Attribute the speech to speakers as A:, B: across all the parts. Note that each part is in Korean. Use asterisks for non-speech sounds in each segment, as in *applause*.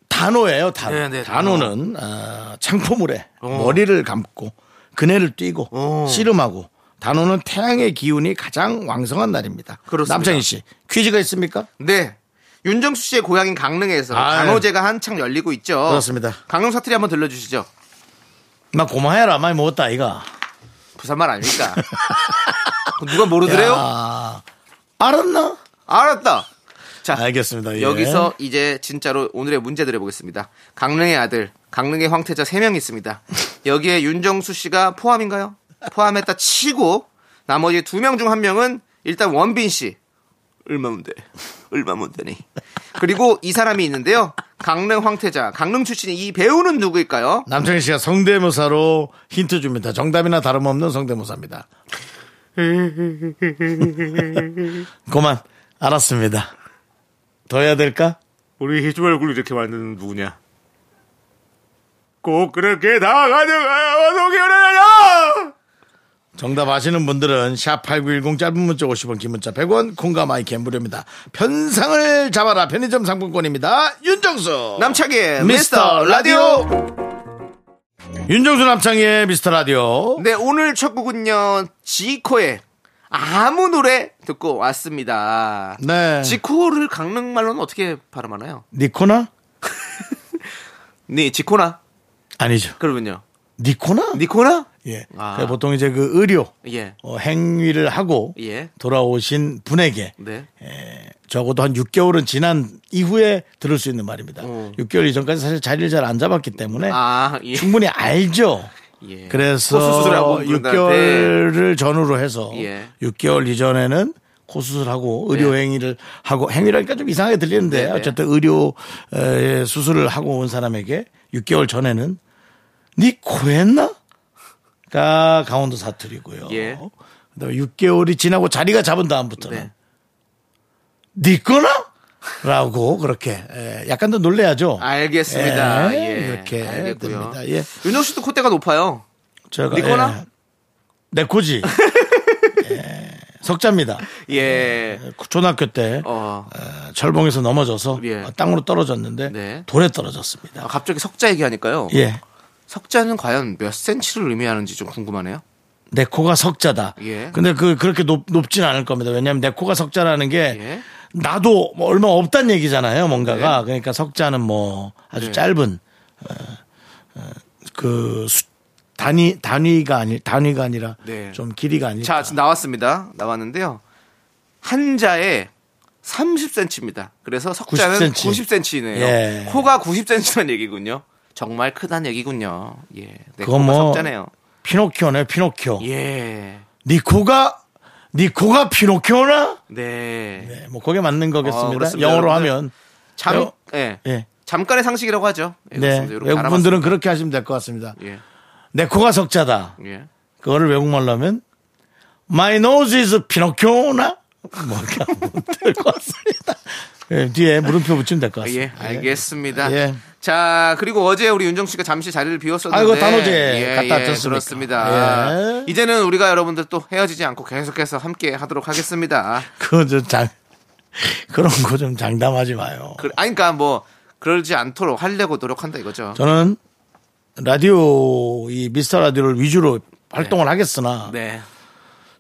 A: 단호예요 단호
B: 네, 네, 단호. 어.
A: 단호는 아, 창포물에 머리를 감고 그네를 뛰고 씨름하고 단호는 태양의 기운이 가장 왕성한 날입니다
B: 그렇습니다.
A: 남창희 씨 퀴즈가 있습니까?
B: 네. 윤정수 씨의 고향인 강릉에서
A: 아유.
B: 간호제가 한창 열리고 있죠.
A: 그렇습니다.
B: 강릉 사투리 한번 들려주시죠.
A: 나 고마해라 많이 먹었다 이가
B: 부산말 아닙니까? 누가 모르더래요?
A: 알았나?
B: 알았다. 자,
A: 알겠습니다. 예.
B: 아, 여기서 이제 진짜로 오늘의 문제 드려보겠습니다. 강릉의 아들, 강릉의 황태자 3명 있습니다. 여기에 윤정수 씨가 포함인가요? 포함했다 치고 나머지 2명 중 1명은 일단 원빈 씨. 얼마면 돼? 얼마면 되니? 그리고 이 사람이 있는데요. 강릉 황태자, 강릉 출신인 이 배우는 누구일까요?
A: 남창희 씨가 성대모사로 힌트 줍니다. 정답이나
B: *laughs*
A: 다름없는 성대모사입니다. 그만 알았습니다. 더 해야 될까?
C: 우리 희주 얼굴 이렇게 만드는 누구냐? 꼭 그렇게 나가는 어떻게 그러냐?
A: 정답 아시는 분들은 샵8910 짧은 문자 50원 긴 문자 100원 콩과 마이캠 무료입니다. 편상을 잡아라 편의점 상품권입니다. 윤정수
B: 남창희의 미스터 라디오!
A: 윤정수 남창희의 미스터 라디오
B: 네, 오늘 첫 곡은요, 지코의 아무 노래 듣고 왔습니다.
A: 네.
B: 지코를 강릉말로는 어떻게 발음하나요?
A: 니코나?
B: 네, 지코나.
A: 아니죠.
B: 그러면요.
A: 니코나?
B: 니코나?
A: 예.
B: 아.
A: 그러니까 보통 이제 그 의료
B: 예.
A: 어, 행위를 하고
B: 예.
A: 돌아오신 분에게
B: 네.
A: 적어도 한 6개월은 지난 이후에 들을 수 있는 말입니다.
B: 어.
A: 6개월 이전까지 사실 자리를 잘 안 잡았기 때문에
B: 아, 예.
A: 충분히 알죠.
B: *laughs* 예.
A: 그래서
B: 코수술하고 그런 날에.
A: 6개월을 전후로 해서
B: 예.
A: 6개월 이전에는 코수술하고 의료 행위를 하고 행위라니까 좀 이상하게 들리는데
B: 네, 네.
A: 어쨌든 의료 에, 수술을 하고 온 사람에게 6개월 전에는 니 코했나? 가 강원도 사투리고요.
B: 예.
A: 그다음에 6개월이 지나고 자리가 잡은 다음부터는
B: 네.
A: 니 거나? 라고 그렇게 에, 약간 더
B: 아,
A: 놀래야죠.
B: 알겠습니다.
A: 예,
B: 예.
A: 이렇게
B: 알겠고요.
A: 됩니다. 예.
B: 윤호 씨도 콧대가 높아요.
A: 제가
B: 네 니코나?
A: 예, 내
B: *laughs*
A: 코지. 예, 석자입니다.
B: 예.
A: 네. 초등학교 때
B: 어.
A: 어, 철봉에서 넘어져서
B: 예.
A: 어, 땅으로 떨어졌는데
B: 네.
A: 돌에
B: 아, 뭐.
A: 떨어졌습니다.
B: 갑자기 석자 얘기하니까요.
A: 예.
B: 석자는 과연 몇 센치를 의미하는지 좀 궁금하네요.
A: 내 코가 석자다.
B: 예.
A: 근데 그 그렇게 높, 높진 않을 겁니다. 왜냐하면 내 코가 석자라는 게
B: 예.
A: 나도 뭐 얼마 없단 얘기잖아요. 뭔가가 그러니까 석자는 뭐 아주
B: 네.
A: 짧은 어, 어, 그 수- 단위 단위가 아니 단위가 아니라
B: 네.
A: 좀 길이가 아니.
B: 자, 지금 나왔습니다. 나왔는데요. 한자에 30cm입니다. 그래서 석자는
A: 90cm.
B: 90cm. 네요
A: 예.
B: 코가 90cm란 얘기군요. 정말 크단 얘기군요. 예. 네,
A: 그거
B: 코가
A: 뭐-
B: 석자네요.
A: 피노키오네 피노키오.
B: 예.
A: 니 코가 니 코가 피노키오나?
B: 네.
A: 네, 뭐 그게 맞는 거겠습니다.
B: 그렇습니다.
A: 영어로
B: 여러분들.
A: 하면
B: 잠,
A: 여-
B: 예.
A: 예.
B: 잠깐의 상식이라고 하죠. 예,
A: 네,
B: 그렇습니다. 이렇게
A: 외국분들은 그렇게 하시면 될 것 같습니다.
B: 알아봤습니다.
A: 내 코가 석자다.
B: 예. 예.
A: 그거를 외국말로 하면 My nose is 피노키오나? 뭐 이렇게 하면 될것 같습니다. 예, 뒤에 물음표 붙이면 될 것
B: 예,
A: 같습니다.
B: 알겠습니다.
A: 예.
B: 자, 그리고 어제 우리 윤정 씨가 잠시 자리를 비웠었는데.
A: 아이고, 단오제 갔다 왔잖습니까?
B: 그렇습니다.
A: 예.
B: 이제는 우리가 여러분들 또 헤어지지 않고 계속해서 함께 하도록 하겠습니다.
A: 그거 좀 장, 그런 거 좀 장담하지 마요.
B: 그, 아니, 그러니까 뭐, 그러지 않도록 하려고 노력한다 이거죠.
A: 저는 라디오, 이 미스터 라디오를 위주로 활동을 하겠으나
B: 네.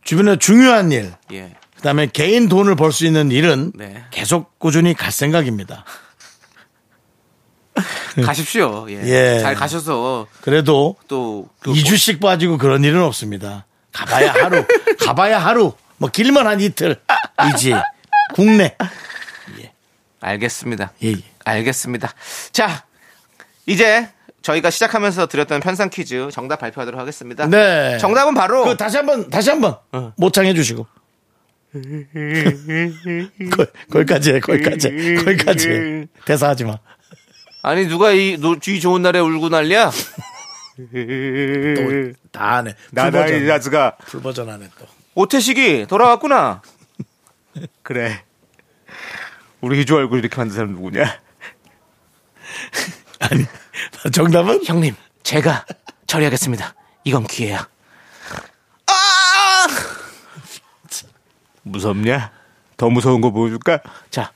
A: 주변에 중요한 일,
B: 예.
A: 그다음에 개인 돈을 벌 수 있는 일은
B: 네.
A: 계속 꾸준히 갈 생각입니다.
B: 가십시오. 예.
A: 그 예.
B: 잘 가셔서
A: 그래도
B: *laughs* 또. 그 *laughs*
A: 이주씩 빠지고 그런 일은 없습니다. 가봐야 하루, 가봐야 하루, 뭐 길면 한 이틀. 이지. 국내.
B: 알겠습니다.
A: 예, 예.
B: 알겠습니다. 자, 이제 저희가 시작하면서 드렸던 편상 퀴즈 정답 발표하도록 하겠습니다.
A: 네.
B: 정답은 바로
A: 그 다시 한번 다시 한번
B: 어. *laughs*
A: 모창해 주시고. 거, 거기까지 해. 거기까지. 해, 거기까지.
B: *laughs*
A: 해. 대사하지 마.
B: 아니 누가 이 노- 주의 좋은 날에 울고 난리야?
A: 또다 안해.
C: 나나이
A: 풀버전.
C: 자스가
A: 풀버전 안해 또.
B: 오태식이 돌아왔구나.
C: 그래. 우리 희주 얼굴 이렇게 만든 사람 누구냐?
A: 아니. *laughs* 정답은
B: 아, 형님, 제가 처리하겠습니다. 이건 기회야. 아!
C: 무섭냐? 더 무서운 거 보여줄까?
B: 자,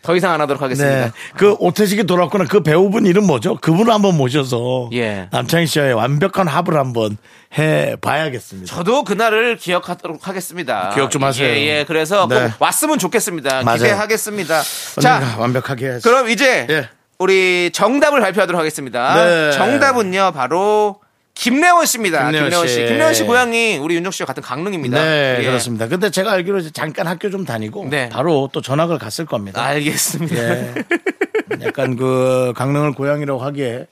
B: 더 이상 안 하도록 하겠습니다.
A: 네. 그 오태식이 돌아왔구나. 그 배우분 이름 뭐죠? 그분을 한번 모셔서
B: 예.
A: 남창희 씨와의 완벽한 합을 한번 해 봐야겠습니다.
B: 저도 그날을 기억하도록 하겠습니다.
A: 기억 좀 하세요.
B: 예, 예. 그래서
A: 네.
B: 꼭 왔으면 좋겠습니다.
A: 맞아요.
B: 기대하겠습니다.
A: 언젠가
B: 자,
A: 완벽하게 해야지.
B: 그럼 이제
A: 예.
B: 우리 정답을 발표하도록 하겠습니다.
A: 네.
B: 정답은요, 바로 김래원 씨입니다.
A: 김래원
B: 김래원, 씨.
A: 씨.
B: 김래원 씨 고향이 우리 윤정 씨와 같은 강릉입니다.
A: 네,
B: 예.
A: 그렇습니다. 근데 제가 알기로 이제 잠깐 학교 좀 다니고
B: 네. 아.
A: 바로 또 전학을 갔을 겁니다.
B: 알겠습니다.
A: 예. 약간 그 강릉을 고향이라고
B: *laughs*
A: 하기에 네,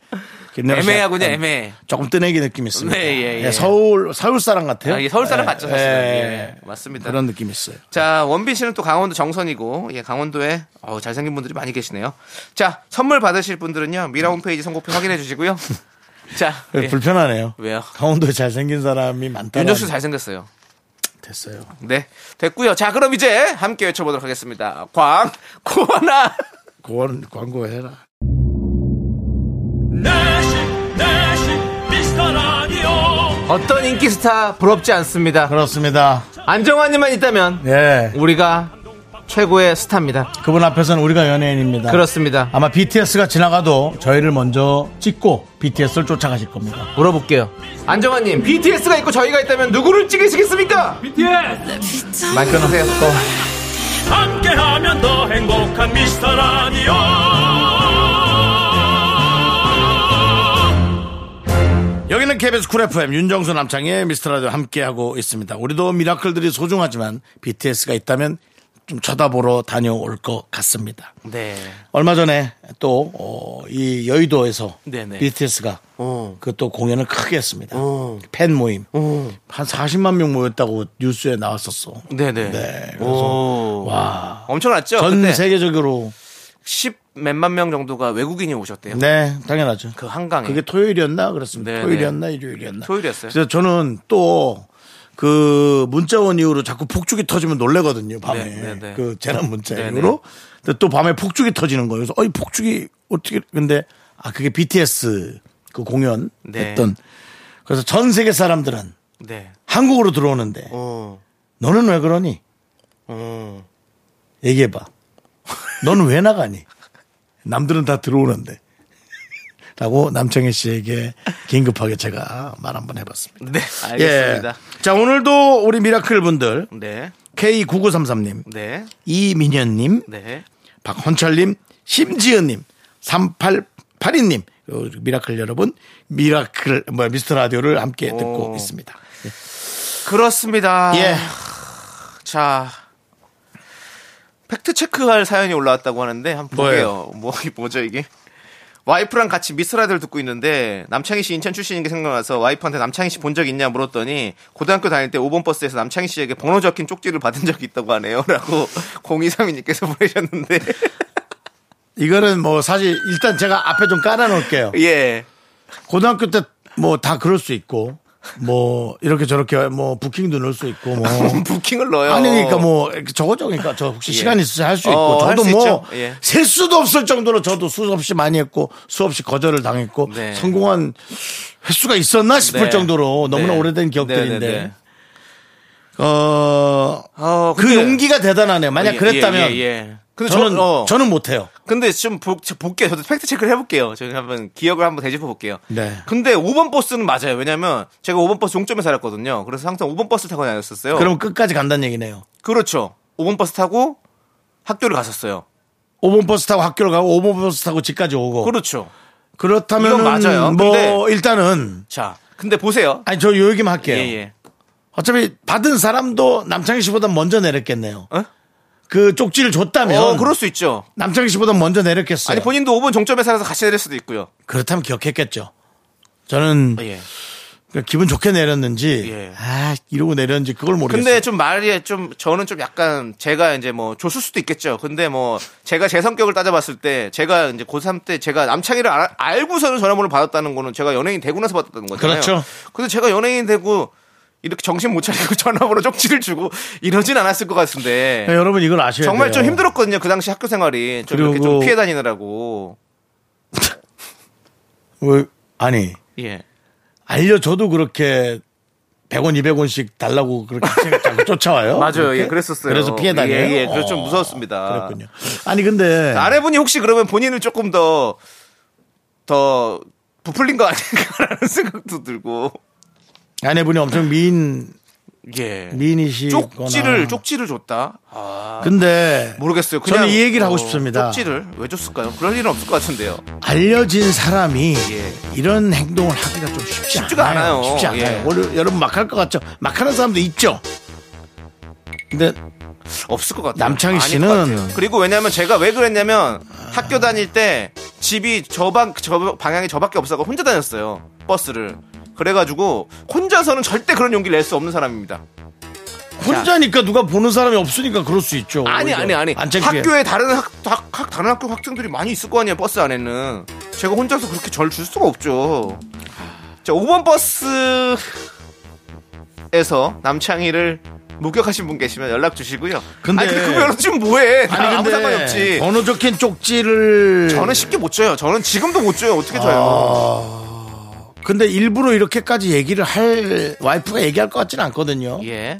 A: 김래원
B: *laughs*
A: 씨
B: 애매하군요,
A: 약간
B: 애매해.
A: 조금 뜨내기 느낌이 있습니다.
B: 네, 예, 예.
A: 서울 서울 사람 같아요.
B: 아, 예, 서울 사람 같죠, 사실은. 예, 맞습니다.
A: 그런 느낌이 있어요.
B: 자, 원빈 씨는 또 강원도 정선이고, 예, 강원도에, 어우, 잘생긴 분들이 많이 계시네요. 자, 선물 받으실 분들은요, 미라 홈페이지 선곡표 확인해
A: *laughs*
B: 주시고요. 자, 예.
A: 불편하네요.
B: 왜요?
A: 강원도에 잘생긴 사람이 많다.
B: 윤정수 잘생겼어요.
A: 됐어요.
B: 네, 됐고요. 자, 그럼 이제 함께 외쳐보도록 하겠습니다. 광, 코나!
A: 그건 광고해라.
D: 내시 내시 미스터 라디오
B: 어떤 인기 스타 부럽지 않습니다.
A: 그렇습니다.
B: 안정환님만 있다면,
A: 예.
B: 우리가 최고의 스타입니다.
A: 그분 앞에서는 우리가 연예인입니다.
B: 그렇습니다.
A: 아마 BTS가 지나가도 저희를 먼저 찍고 BTS를 쫓아가실 겁니다.
B: 물어볼게요. 안정환님, BTS가 있고 저희가 있다면 누구를 찍으시겠습니까?
A: 마이크
B: 끊으세요.
D: 함께하면 더 행복한 미스터 라디오
A: 여기는 KBS 쿨 FM 윤정수 남창의 미스터라디오 함께하고 있습니다. 우리도 미라클들이 소중하지만 BTS가 있다면 좀 쳐다보러 다녀올 것 같습니다.
B: 네.
A: 얼마 전에 또, 어, 이 여의도에서
B: 네네. 어.
A: BTS가 그 또 공연을 크게 했습니다. 팬 모임. 한 40만 명 모였다고 뉴스에 나왔었어.
B: 네네.
A: 네. 그래서
B: 오.
A: 와.
B: 엄청났죠?
A: 전
B: 그때
A: 세계적으로.
B: 10 몇만 명 정도가 외국인이 오셨대요.
A: 네, 당연하죠.
B: 그 한강에.
A: 그게 토요일이었나 그렇습니다.
B: 네,
A: 토요일이었나 일요일이었나.
B: 토요일이었어요.
A: 그래서 저는 또 그 문자 온 이후로 자꾸 폭죽이 터지면 놀래거든요. 밤에
B: 네, 네, 네.
A: 그 재난 문자
B: 네,
A: 이후로. 근데 또 밤에 폭죽이 터지는 거예요. 그래서 어이 폭죽이 어떻게 근데 아 그게 BTS 그 공연
B: 네.
A: 했던. 그래서 전 세계 사람들은
B: 네.
A: 한국으로 들어오는데
B: 어.
A: 너는 왜 그러니?
B: 어.
A: 얘기해봐. 너는 왜 나가니? 남들은 다 들어오는데. 라고 남청희 씨에게 긴급하게 제가 말 한번 해봤습니다.
B: 네. 알겠습니다.
A: 예. 자, 오늘도 우리 미라클 분들,
B: 네.
A: K9933님,
B: 네.
A: 이민현님,
B: 네.
A: 박헌철님, 심지은님, 3882님, 미라클 여러분, 미라클, 뭐, 미스터 라디오를 함께 듣고
B: 오.
A: 있습니다.
B: 그렇습니다.
A: 예.
B: 자. 팩트 체크할 사연이 올라왔다고 하는데 한번 볼게요. 뭐 뭐죠 이게? 와이프랑 같이 미스라들 듣고 있는데 남창희 씨 인천 출신인 게 생각나서 와이프한테 남창희 씨 본 적 있냐 물었더니 고등학교 다닐 때 5번 버스에서 남창희 씨에게 번호 적힌 쪽지를 받은 적이 있다고 하네요라고 *laughs* 0232님께서 보내셨는데 *laughs*
A: 이거는 뭐 사실 일단 제가 앞에 좀 깔아놓을게요.
B: 예.
A: 고등학교 때 뭐 다 그럴 수 있고 뭐 이렇게 저렇게 뭐 부킹도 넣을 수 있고
B: *laughs*
A: 뭐
B: 부킹을 네. 넣어요.
A: 아니 그러니까 뭐 저거 저거니까 저 혹시
B: 예.
A: 시간 있으면 할 수 있고
B: 어,
A: 저도
B: 할수
A: 뭐
B: 있죠. 예.
A: 셀 수도 없을 정도로 저도 수없이 많이 했고 수없이 거절을 당했고
B: 네.
A: 성공한 횟수가 있었나 싶을
B: 네.
A: 정도로 너무나
B: 네.
A: 오래된
B: 네, 네,
A: 기억들인데
B: 네.
A: 어,
B: 어,
A: 그
B: 근데-
A: 용기가 대단하네요. 만약
B: 예,
A: 그랬다면
B: 예, 예, 예. 근데
A: 저는
B: 저는 어.
A: 저는 못해요.
B: 근데 좀 보, 저 볼게요. 저도 팩트 체크를 해볼게요. 저희 한번 기억을 한번 되짚어 볼게요.
A: 네.
B: 근데 5번 버스는 맞아요. 왜냐면 제가 5번 버스 종점에 살았거든요. 그래서 항상 5번 버스 타고 다녔었어요.
A: 그럼 끝까지 간다는 얘기네요.
B: 그렇죠. 5번 버스 타고 학교를 갔었어요.
A: 5번 버스 타고 학교를 가고 5번 버스 타고 집까지 오고
B: 그렇죠.
A: 그렇다면
B: 이건 맞아요.
A: 뭐
B: 근데-
A: 일단은
B: 자, 근데 보세요.
A: 아니 저 요 얘기만 할게요.
B: 예, 예.
A: 어차피 받은 사람도 남창희 씨보다 먼저 내렸겠네요.
B: 어?
A: 그 쪽지를 줬다면
B: 어, 그럴 수 있죠.
A: 남창희 씨보다 먼저 내렸겠어요.
B: 아니 본인도 5분 정점에 살아서 같이 내릴 수도 있고요.
A: 그렇다면 기억했겠죠. 저는
B: 예.
A: 그러니까 기분 좋게 내렸는지
B: 예.
A: 아 이러고 내렸는지 그걸 모르겠어요.
B: 근데 좀 말이 좀 저는 좀 약간 제가 이제 뭐 줬을 수도 있겠죠. 근데 뭐 제가 제 성격을 따져봤을 때 제가 이제 고3 때 제가 남창희를 알, 알고서는 전화번호를 받았다는 거는 제가 연예인 되고 나서 받았다는 거잖아요.
A: 그렇죠.
B: 근데 제가 연예인 되고 이렇게 정신 못 차리고 *laughs* 전화번호 쪽지를 주고 이러진 않았을 것 같은데
A: 네, 여러분 이걸 아셔야
B: 정말
A: 돼요.
B: 좀 힘들었거든요. 그 당시 학교 생활이 좀 이렇게 좀
A: 그리고-
B: 피해 다니느라고.
A: 왜- 아니
B: 예.
A: 알려줘도 그렇게 100원 200원씩 달라고 *laughs* 그렇게 제가 자꾸 쫓아와요.
B: 맞아요. 예,
A: 그렇게?
B: 그랬었어요.
A: 그래서 피해 다녀요.
B: 예, 예. 그래서 좀
A: 어,
B: 무서웠습니다.
A: 그렇군요. 아니 근데
B: 아내분이 혹시 그러면 본인을 조금 더, 더 부풀린 거 아닌가라는 *laughs* 생각도 들고.
A: 아내분이 엄청 미인
B: 예.
A: 미인이시거나
B: 쪽지를, 쪽지를 줬다? 아,
A: 근데
B: 모르겠어요. 그냥
A: 저는 이 얘기를 하고
B: 어,
A: 싶습니다.
B: 쪽지를 왜 줬을까요? 그럴 일은 없을 것 같은데요.
A: 알려진 사람이
B: 예.
A: 이런 행동을 하기가 좀 쉽지
B: 쉽지가
A: 않아요.
B: 않아요.
A: 쉽지
B: 예.
A: 않아요. 오늘 여러분 막 할 것 같죠? 막 하는 사람도 있죠. 근데
B: 없을 것 같아요.
A: 남창희
B: 아닐
A: 씨는-
B: 것 같아요. 그리고 왜냐면 제가 왜 그랬냐면 학교 다닐 때 집이 저방 저 방향이 저밖에 없어서 혼자 다녔어요 버스를. 그래가지고 혼자서는 절대 그런 용기를 낼 수 없는 사람입니다.
A: 혼자니까 누가 보는 사람이 없으니까 그럴 수 있죠.
B: 아니
A: 오히려.
B: 아니 아니
A: 어, 안 창피해.
B: 학교에 다른 학, 학, 학- 다른 학교 학생들이 많이 있을 거 아니에요 버스 안에는 제가 혼자서 그렇게 절 줄 수가 없죠 자 5번 버스에서 남창희를 목격하신 분 계시면 연락 주시고요
A: 근데-
B: 아니 근데 그 면허 지금 뭐해 나
A: 아니
B: 아무
A: 근데
B: 상관이 없지
A: 번호 적힌 쪽지를
B: 저는 쉽게 못 져요 저는 지금도 못 져요 어떻게
A: 아.
B: 져요
A: 근데 일부러 이렇게까지 얘기를 할 와이프가 얘기할 것 같지는 않거든요.
B: 예.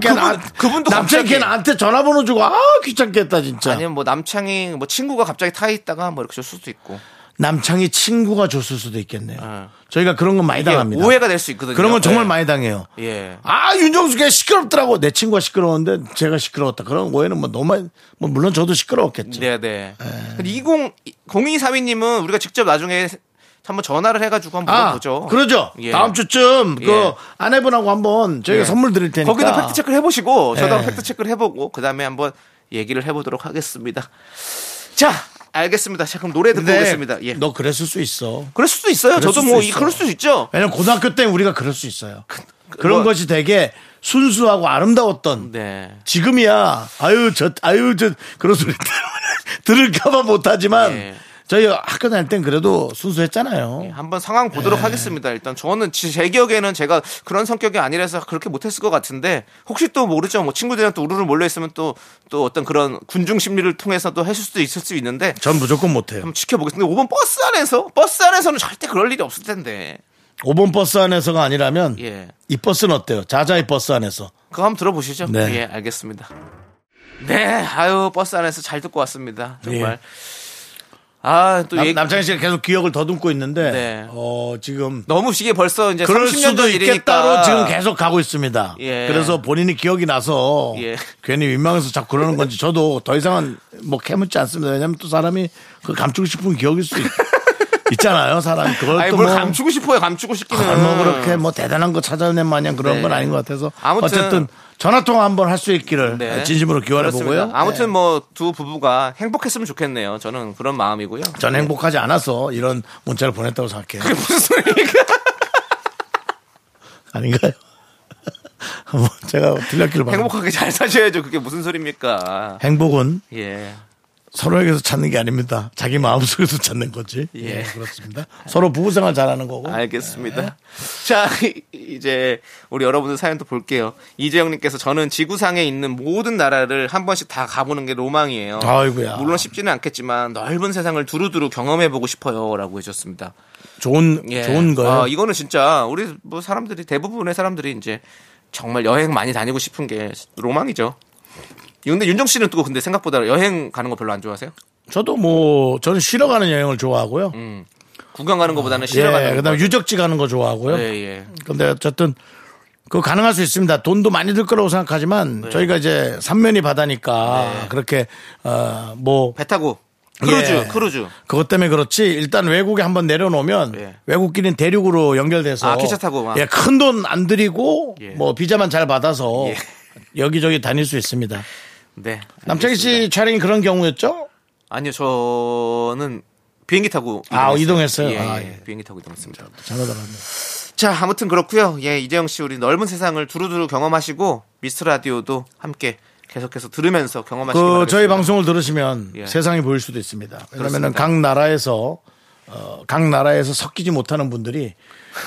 B: 그렇죠.
A: 걔
B: 그분-
A: 나-
B: 그분도
A: 남창이 걔
B: 갑자기-
A: 나한테 전화번호 주고 아 귀찮겠다 진짜.
B: 아니면 뭐 남창희 뭐 친구가 갑자기 타에 있다가 뭐 이렇게 줄 수도 있고
A: 남창이 친구가 줬을 수도 있겠네요.
B: 예.
A: 저희가 그런 건 많이
B: 이게
A: 당합니다.
B: 예, 오해가 될 수 있거든요
A: 그런 건 정말
B: 예.
A: 많이 당해요.
B: 예
A: 아 윤정수 걔 시끄럽더라고 내 친구가 시끄러웠는데 제가 시끄러웠다 그런 오해는 뭐 너무 많이- 뭐 물론 저도 시끄러웠겠죠.
B: 네네. 20 0232님은 우리가 직접 나중에 한번 전화를 해가지고 한번
A: 아
B: 물어보죠.
A: 그러죠.
B: 예.
A: 다음 주쯤 그
B: 예.
A: 아내분하고 한번 저희가
B: 예.
A: 선물 드릴 테니까
B: 거기도 팩트 체크를 해보시고 저도
A: 예.
B: 한번 팩트 체크를 해보고 그 다음에 한번 얘기를 해보도록 하겠습니다. 자, 알겠습니다. 자, 그럼 노래 듣고
A: 근데
B: 오겠습니다. 예.
A: 네. 너 그랬을 수 있어.
B: 그럴 수도 있어요.
A: 그럴
B: 저도
A: 수도
B: 뭐
A: 있어.
B: 이- 그럴 수도 있죠.
A: 왜냐면 고등학교 때 우리가 그럴 수 있어요. 그런
B: 뭐-
A: 것이 되게 순수하고 아름다웠던
B: 네.
A: 지금이야 아유 저 아유 저 그런 소리 *laughs* 들을까봐 못하지만
B: 예.
A: 저희 학교 다닐 땐 그래도 순수했잖아요.
B: 한번 상황
A: 네.
B: 보도록 하겠습니다. 일단 저는 지- 제 기억에는 제가 그런 성격이 아니라서 그렇게 못했을 것 같은데 혹시 또 모르죠. 뭐 친구들이랑 또 우르르 몰려 있으면 또 또 어떤 그런 군중 심리를 통해서 또 했을 수도 있을 수 있는데
A: 전 무조건 못해요.
B: 한번 지켜보겠습니다. 5번 버스 안에서 버스 안에서는 절대 그럴 일이 없을 텐데.
A: 5번 버스 안에서가 아니라면
B: 예.
A: 이 버스는 어때요? 자자이 버스 안에서
B: 그거 한번 들어보시죠.
A: 네.
B: 예, 알겠습니다. 네, 아유 버스 안에서 잘 듣고 왔습니다. 정말.
A: 예.
B: 아, 또
A: 남,
B: 얘기-
A: 남창희 씨가 계속 기억을 더듬고 있는데
B: 네.
A: 어, 지금
B: 너무 이게 벌써 이제
A: 그럴
B: 그러니까 30년
A: 수도
B: 전
A: 있겠다로
B: 일이니까
A: 지금 계속 가고 있습니다.
B: 예.
A: 그래서 본인이 기억이 나서
B: 예.
A: 괜히 민망해서 자꾸 그러는 건지 저도 더 이상은 뭐 캐묻지 않습니다. 왜냐하면 또 사람이 그 감추고 싶은 기억일 수 있,
B: *laughs*
A: 있잖아요. 사람 그걸
B: 아니
A: 또 뭐
B: 뭘 감추고 싶어요. 감추고 싶기는.
A: 그걸 뭐 그렇게 뭐 대단한 거 찾아낸 마냥 그런
B: 네.
A: 건 아닌 것 같아서
B: 아무튼-
A: 어쨌든 전화 통화 한번 할 수 있기를
B: 네.
A: 아, 진심으로 기원해 보고요. 네.
B: 그렇습니다. 아무튼 뭐 두 부부가 행복했으면 좋겠네요. 저는 그런 마음이고요. *laughs*
A: 전 행복하지 않아서 이런 문자를 보냈다고 생각해요.
B: 무슨 소리입니까?
A: 아닌가요? *laughs* 뭐 제가 들렸길 바랍니다.
B: 행복하게 잘 사셔야죠. 그게 무슨 소리입니까?
A: 행복은
B: 예.
A: 서로에게서 찾는 게 아닙니다. 자기 마음속에서 찾는 거지. 예,
B: 예.
A: 그렇습니다. 서로 부부생활 잘하는 거고.
B: 알겠습니다.
A: 네.
B: 자, *laughs* 이- 이제 우리 여러분들 사연도 볼게요. 이재영님께서 저는 지구상에 있는 모든 나라를 한 번씩 다 가보는 게 로망이에요.
A: 아이고야.
B: 물론 쉽지는 않겠지만 넓은 세상을 두루두루 경험해보고 싶어요라고 해줬습니다.
A: 좋은
B: 예.
A: 좋은 거예요.
B: 아, 이거는 진짜 우리 뭐 사람들이 대부분의 사람들이 이제 정말 여행 많이 다니고 싶은 게 로망이죠. 근데 윤정 씨는 또 근데 생각보다 여행 가는 거 별로 안 좋아하세요?
A: 저도 뭐 저는 쉬러 가는 여행을 좋아하고요.
B: 구경 가는 것보다는 음,
A: 예,
B: 쉬러 가는 거.
A: 그다음 유적지 가는 거 좋아하고요.
B: 예, 예.
A: 근데 어쨌든 그 가능할 수 있습니다. 돈도 많이 들 거라고
B: 네.
A: 생각하지만 저희가 이제 삼면이 바다니까 그렇게 어뭐
B: 배 타고 크루즈,
A: 예.
B: 크루즈.
A: 그것 때문에 그렇지 일단 외국에 한번 내려놓으면
B: 예.
A: 외국끼리는 대륙으로 연결돼서
B: 아, 기차 타고 막.
A: 예, 큰 돈 안 들이고
B: 예.
A: 뭐 비자만 잘 받아서
B: 예.
A: 여기저기 다닐 수 있습니다.
B: 네.
A: 남창희 씨 촬영이 그런 경우였죠?
B: 아니요, 저는 비행기 타고.
A: 아,
B: 이동했어요.
A: 이동했어요?
B: 예,
A: 아,
B: 예,
A: 예.
B: 비행기 타고 이동했습니다.
A: 잘하더라요
B: 자, 아무튼 그렇고요. 예, 이재영 씨 우리 넓은 세상을 두루두루 경험하시고 미스 라디오도 함께 계속해서 들으면서 경험하시기
A: 그
B: 바랍니다.
A: 저희 방송을 들으시면
B: 예.
A: 세상이 보일 수도 있습니다. 왜냐하면
B: 그렇습니다.
A: 각 나라에서 어, 각 나라에서 섞이지 못하는 분들이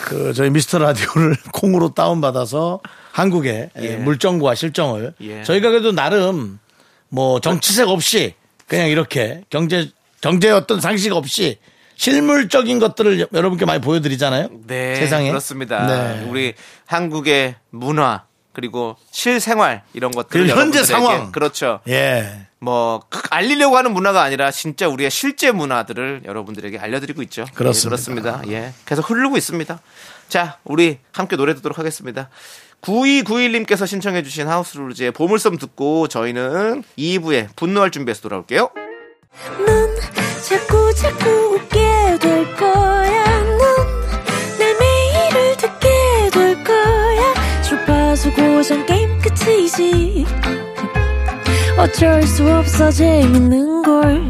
A: 그 저희 미스터 라디오를 *laughs* 콩으로 다운 받아서 한국의 예, 물정과 실정을
B: 예.
A: 저희가 그래도 나름 뭐 정치색 없이 그냥 이렇게 경제 경제의 어떤 상식 없이 실물적인 것들을 여러분께 많이 보여드리잖아요.
B: 네,
A: 세상에
B: 그렇습니다.
A: 네.
B: 우리 한국의 문화 그리고 실생활 이런 것들
A: 그리고 현재 상황.
B: 그렇죠.
A: 예.
B: 뭐 크- 알리려고 하는 문화가 아니라 진짜 우리의 실제 문화들을 여러분들에게 알려드리고 있죠.
A: 그렇습니다.
B: 예, 그렇습니다. 예, 계속 흐르고 있습니다. 자, 우리 함께 노래 듣도록 하겠습니다. 9291님께서 신청해주신 하우스룰즈의 보물섬 듣고 저희는 2부에 분노할 준비해서 돌아올게요.
E: 넌 자꾸 자꾸 웃게 될 거야. 넌내 매일을 듣게 될 거야. 주파수 고정 게임 끝이지. 어쩔 수 없어 재밌는 걸.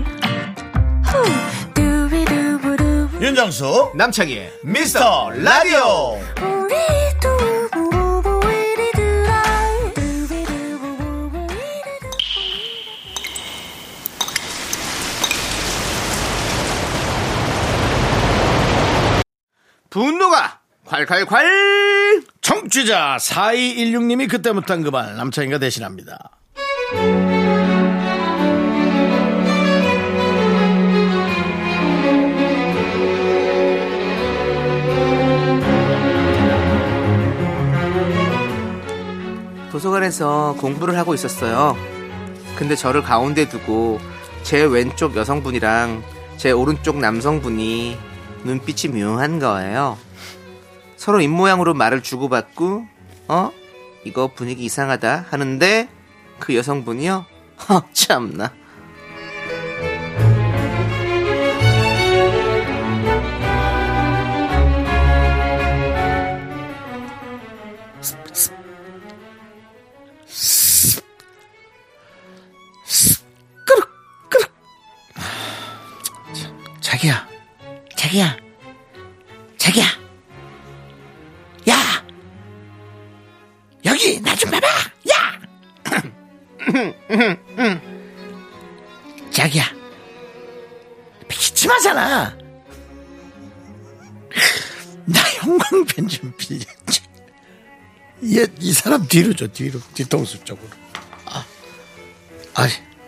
E: 후. 두비두부두부.
A: 윤정수
B: 남창희의
A: 미스터 라디오
E: 우리 두부부부 우리 두라. 두비두부부부 우리 두라.
B: 분노가 콸콸콸!
A: 청취자 4216님이 그때 못한 그 말 남창희가 대신합니다.
B: 도서관에서 공부를 하고 있었어요. 근데 저를 가운데 두고 제 왼쪽 여성분이랑 제 오른쪽 남성분이 눈빛이 묘한 거예요. 서로 입모양으로 말을 주고받고 어? 이거 분위기 이상하다 하는데 그 여성분이요? 허 참나
A: 자기야, 자기야, 자기야, 야, 여기 나 좀 봐봐, 야, *clears throat* 자기야, 기침하잖아. *laughs* 나 형광펜 좀 빌려줘. 얘이 사람 뒤로 줘, 뒤로 뒤통수 쪽으로. 아, 아,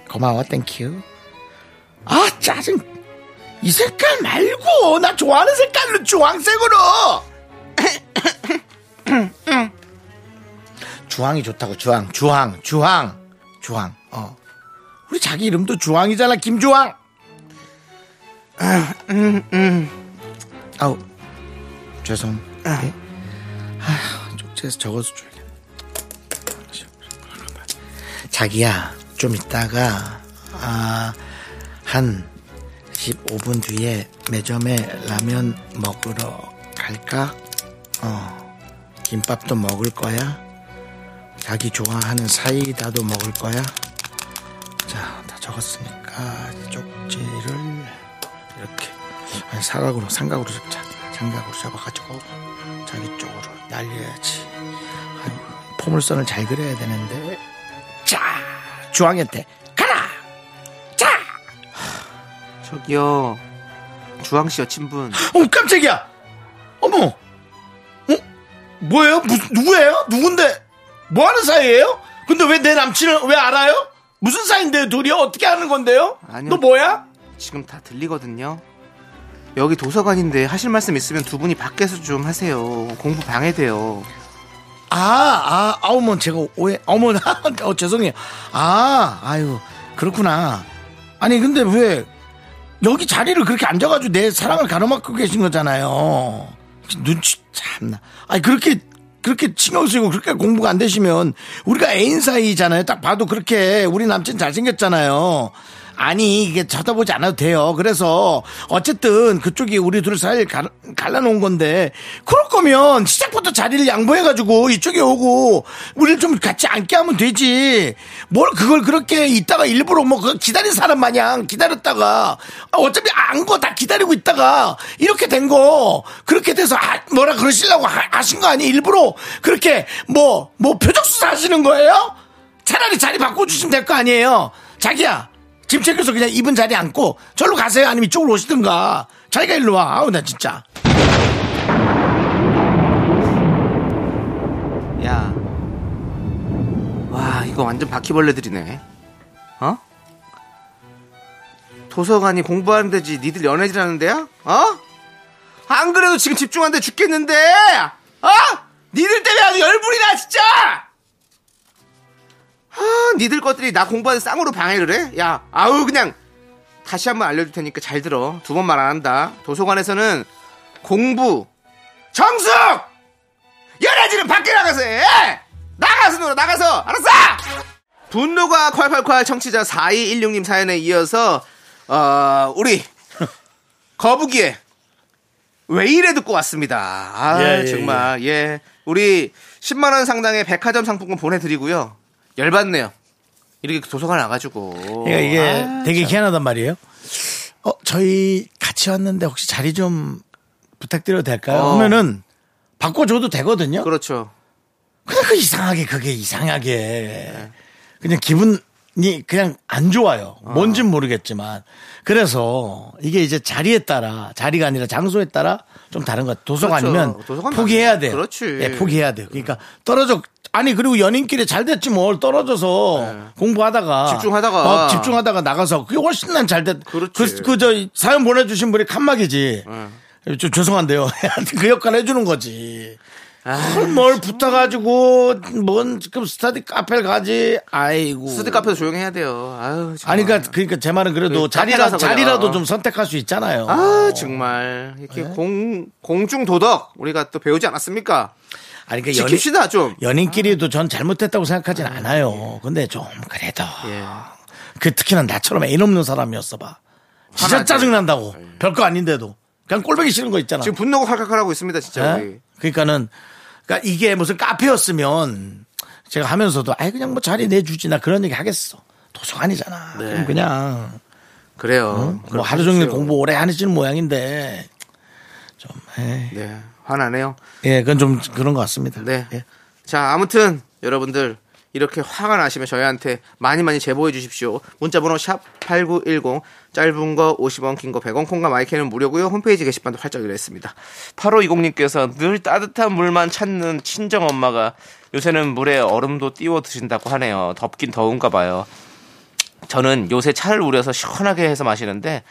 A: 고마워, 땡큐. 아, 짜증. 이 색깔 말고 나 좋아하는 색깔로 주황색으로 주황이 좋다고 주황 주황 주황 주황 어 우리 자기 이름도 주황이잖아 김주황 아우 죄송 예? 아휴 쪽지에서 적어서 줘야겠네 자기야 좀 이따가 아, 아한 15분 뒤에 매점에 라면 먹으러 갈까? 어, 김밥도 먹을 거야? 자기 좋아하는 사이다도 먹을 거야? 자, 다 적었으니까 쪽지를 이렇게 아니, 사각으로, 삼각으로 잡자. 삼각으로 잡아가지고 자기 쪽으로 날려야지. 아유, 포물선을 잘 그려야 되는데. 자, 주황이한테 가라! 자!
B: 저기요 주황씨 여친분
A: 어 깜짝이야. 어머. 어? 뭐예요? 무슨 누구예요? 누군데? 뭐 하는 사이예요? 근데 왜 내 남친을 왜 알아요? 무슨 사이인데요, 둘이 어떻게 하는 건데요?
B: 아니요.
A: 너 뭐야?
B: 지금 다 들리거든요 여기 도서관인데 하실 말씀 있으면 두 분이 밖에서 좀 하세요 공부 방해돼요
A: 아, 아, 아, 어머, 제가 오해, 어머나, *laughs* 어, 죄송해요. 아, 아유, 그렇구나. 아니, 근데 왜, 여기 자리를 그렇게 앉아가지고 내 사랑을 가로막고 계신 거잖아요. 눈치, 참나. 아니, 그렇게, 그렇게 신경 쓰이고 그렇게 공부가 안 되시면, 우리가 애인 사이잖아요. 딱 봐도 그렇게, 우리 남친 잘생겼잖아요. 아니 이게 쳐다보지 않아도 돼요. 그래서 어쨌든 그쪽이 우리 둘 사이를 갈, 갈라놓은 건데 그럴 거면 시작부터 자리를 양보해가지고 이쪽에 오고 우리를 좀 같이 앉게 하면 되지. 뭘 그걸 그렇게 있다가 일부러 뭐 그거 기다린 사람 마냥 기다렸다가 아, 어차피 안 거 다 기다리고 있다가 이렇게 된 거 그렇게 돼서 아, 뭐라 그러시려고 하, 하신 거 아니 일부러 그렇게 뭐 뭐 표적 수사하시는 거예요? 차라리 자리 바꿔주시면 될 거 아니에요. 자기야, 짐 챙겨서 그냥 입은 자리 앉고, 절로 가세요. 아니면 이쪽으로 오시든가. 자기가 일로 와. 아우, 나 진짜.
B: 야. 와, 이거 완전 바퀴벌레들이네. 어? 도서관이 공부하는 데지 니들 연애질하는 데야? 어? 안 그래도 지금 집중한데 죽겠는데. 어? 니들 때문에 아주 열불이 나 진짜. 아, 니들 것들이 나 공부하는 쌍으로 방해를 해? 야, 아우 그냥 다시 한번 알려줄 테니까 잘 들어. 두 번 말 안 한다. 도서관에서는 공부, 정숙, 연애지는 밖에 나가서 해! 나가서 놀아, 나가서! 알았어! 분노가 콸콸콸 청취자 4216님 사연에 이어서, 어,
A: *laughs*
B: 우리, 거북이의 왜 이래 듣고 왔습니다. 아,
A: 예, 예,
B: 정말, 예. 우리 10만원 상당의 백화점 상품권 보내드리고요. 열받네요. 이렇게 도서관 와가지고.
A: 그러니까 이게
B: 아,
A: 되게 희한하단 말이에요. 어, 저희 같이 왔는데 혹시 자리 좀 부탁드려도 될까요?
B: 어.
A: 하면은, 바꿔줘도 되거든요. 그
B: 그렇죠.
A: 근데 그 이상하게, 그게 이상하게. 그냥 기분이 그냥 안 좋아요. 뭔진 모르겠지만. 그래서 이게 이제 자리에 따라, 자리가 아니라 장소에 따라 좀 다른 것 같아요. 도서관
B: 그렇죠.
A: 아니면
B: 도서관
A: 포기해야
B: 아니면.
A: 돼요.
B: 그렇지.
A: 예, 포기해야 돼요. 그러니까 떨어져, 아니, 그리고 연인끼리 잘 됐지 뭘 떨어져서 공부하다가.
B: 네. 집중하다가.
A: 어, 집중하다가 나가서 그게 훨씬 난 잘 됐.
B: 그렇지.
A: 그, 그, 저, 사연 보내주신 분이 칸막이지.
B: 네.
A: 좀 죄송한데요. *laughs* 그 역할 해주는 거지. 그걸 뭘 붙어가지고 뭔 지금 스타디 카페를 가지 아이고
B: 스디 카페도 조용히 해야 돼요. 아유, 정말.
A: 아니 그러니까 그러니까 제 말은 그래도
B: 그
A: 자리라
B: 카페라서 그래요.
A: 자리라도 좀 선택할 수 있잖아요
B: 아 정말
A: 네.
B: 이렇게 공 공중 도덕 우리가 또 배우지 않았습니까?
A: 아니 그러니까 연인,
B: 지킵시다 좀.
A: 연인끼리도 전 잘못했다고 생각하진 않아요 근데 좀 그래도
B: 예.
A: 그 특히나 나처럼 애인 없는 사람이었어 봐
B: 화나지.
A: 진짜
B: 아, 예.
A: 짜증 난다고 별거 아닌데도 그냥 꼴보기 싫은 거 있잖아
B: 지금 분노가 칼칼칼하고 있습니다 진짜
A: 예?
B: 우리.
A: 그러니까는 그러니까 이게 무슨 카페였으면 제가 하면서도 아이 그냥 뭐 자리 내주지 나 그런 얘기 하겠어 도서관이잖아 그럼 그냥
B: 네. 어, 그래요.
A: 뭐 하루 종일 공부 오래 하시는 모양인데 좀 에이.
B: 네 화나네요.
A: 예 그건 좀 그런 것 같습니다
B: 네.
A: 예.
B: 자 아무튼 여러분들 이렇게 화가 나시면 저희한테 많이 많이 제보해 주십시오. 문자번호 샵 #8910 짧은 거 50원, 긴 거 100원, 콩과 마이크는 무료고요. 홈페이지 게시판도 활짝 열렸습니다. 8520님께서 늘 따뜻한 물만 찾는 친정 엄마가 요새는 물에 얼음도 띄워 드신다고 하네요. 덥긴 더운가 봐요. 저는 요새 차를 우려서 시원하게 해서 마시는데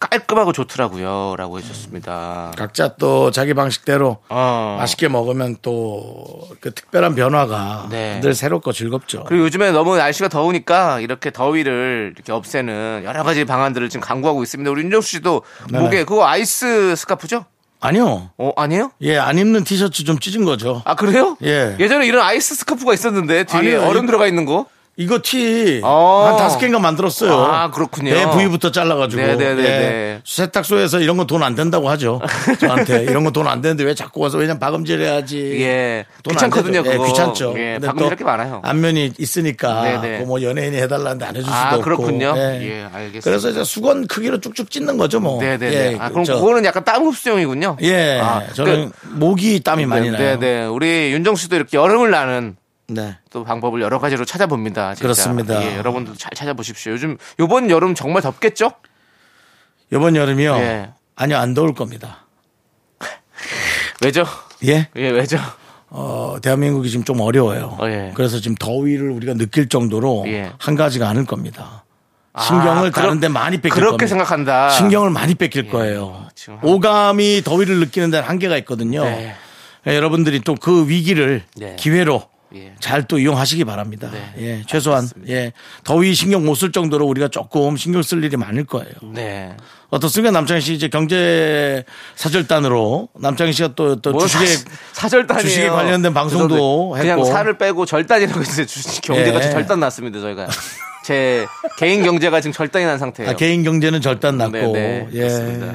B: 깔끔하고 좋더라고요라고 해주셨습니다.
A: 각자 또 자기 방식대로
B: 어.
A: 맛있게 먹으면 또 그 특별한 변화가
B: 네.
A: 늘 새롭고 즐겁죠
B: 그리고 요즘에 너무 날씨가 더우니까 이렇게 더위를 이렇게 없애는 여러 가지 방안들을 지금 강구하고 있습니다. 우리 윤정수 씨도
A: 네네.
B: 목에 그거 아이스 스카프죠?
A: 아니요
B: 어, 아니에요?
A: 예 안 입는 티셔츠 좀 찢은 거죠
B: 아, 그래요?
A: 예.
B: 전에 이런 아이스 스카프가 있었는데 뒤에
A: 아니에요.
B: 얼음
A: 이-
B: 들어가 있는 거?
A: 이거 티 한
B: 어.
A: 다섯 개인가 만들었어요.
B: 아, 그렇군요.
A: 내 부위부터 잘라가지고.
B: 네네네네.
A: 예. 세탁소에서 이런 건 돈 안
B: *laughs*
A: 된다고 하죠. 저한테 이런 건 돈 안 되는데 왜 자꾸 와서 왜냐면 박음질해야지.
B: 예.
A: 돈안
B: 귀찮거든요,
A: 되죠. 예,
B: 그거.
A: 귀찮죠.
B: 예,
A: 근데
B: 박음질
A: 또
B: 이렇게 많아요.
A: 안면이 있으니까
B: 네네.
A: 그거 뭐 연예인이 해달라는데 안 해줄 수도
B: 아,
A: 없고.
B: 그렇군요. 예, 알겠습니다.
A: 그래서 이제 수건 크기로 쭉쭉 찢는 거죠, 뭐.
B: 네네네.
A: 예,
B: 아, 그럼
A: 저-
B: 그거는 약간 땀 흡수용이군요.
A: 예,
B: 아,
A: 저는 목이 땀이 많이 나요.
B: 네네. 우리 윤정수 씨도 이렇게 여름을 나는
A: 네.
B: 또 방법을 여러 가지로 찾아봅니다. 진짜.
A: 그렇습니다.
B: 예, 여러분들도 잘 찾아보십시오. 요즘, 요번 여름 정말 덥겠죠?
A: 이번 여름이요.
B: 예.
A: 아니요, 안 더울 겁니다.
B: 왜죠?
A: 예?
B: 예, 왜죠?
A: 어, 대한민국이 지금 좀 어려워요.
B: 어, 예.
A: 그래서 지금 더위를 우리가 느낄 정도로
B: 예. 아,
A: 한 가지가 않을 겁니다. 신경을
B: 그렇-
A: 다른데 많이 뺏길
B: 그렇게
A: 겁니다.
B: 생각한다.
A: 신경을 많이 뺏길 거예요.
B: 지금 한-
A: 오감이 더위를 느끼는 데는 한계가 있거든요.
B: 네.
A: 예, 여러분들이 또 그 위기를
B: 네.
A: 기회로
B: 예.
A: 잘 또 이용하시기 바랍니다.
B: 네.
A: 예, 최소한 예, 더위 신경 못 쓸 정도로 우리가 조금 신경 쓸 일이 많을 거예요.
B: 네.
A: 어떻습니까, 남창희 씨 이제 경제 사절단으로 남창희 씨가 또또
B: 뭐
A: 주식에
B: 사- 사절단이에요.
A: 주식에 관련된 방송도
B: 그래서 그냥
A: 했고.
B: 살을 빼고 절단이라고 했어요. 주식 경제가
A: 예.
B: 절단 났습니다, 저희가. 제 개인 경제가 지금 절단이 난 상태예요.
A: 아, 개인 경제는 절단 났고.
B: 네, 네, 그렇습니다.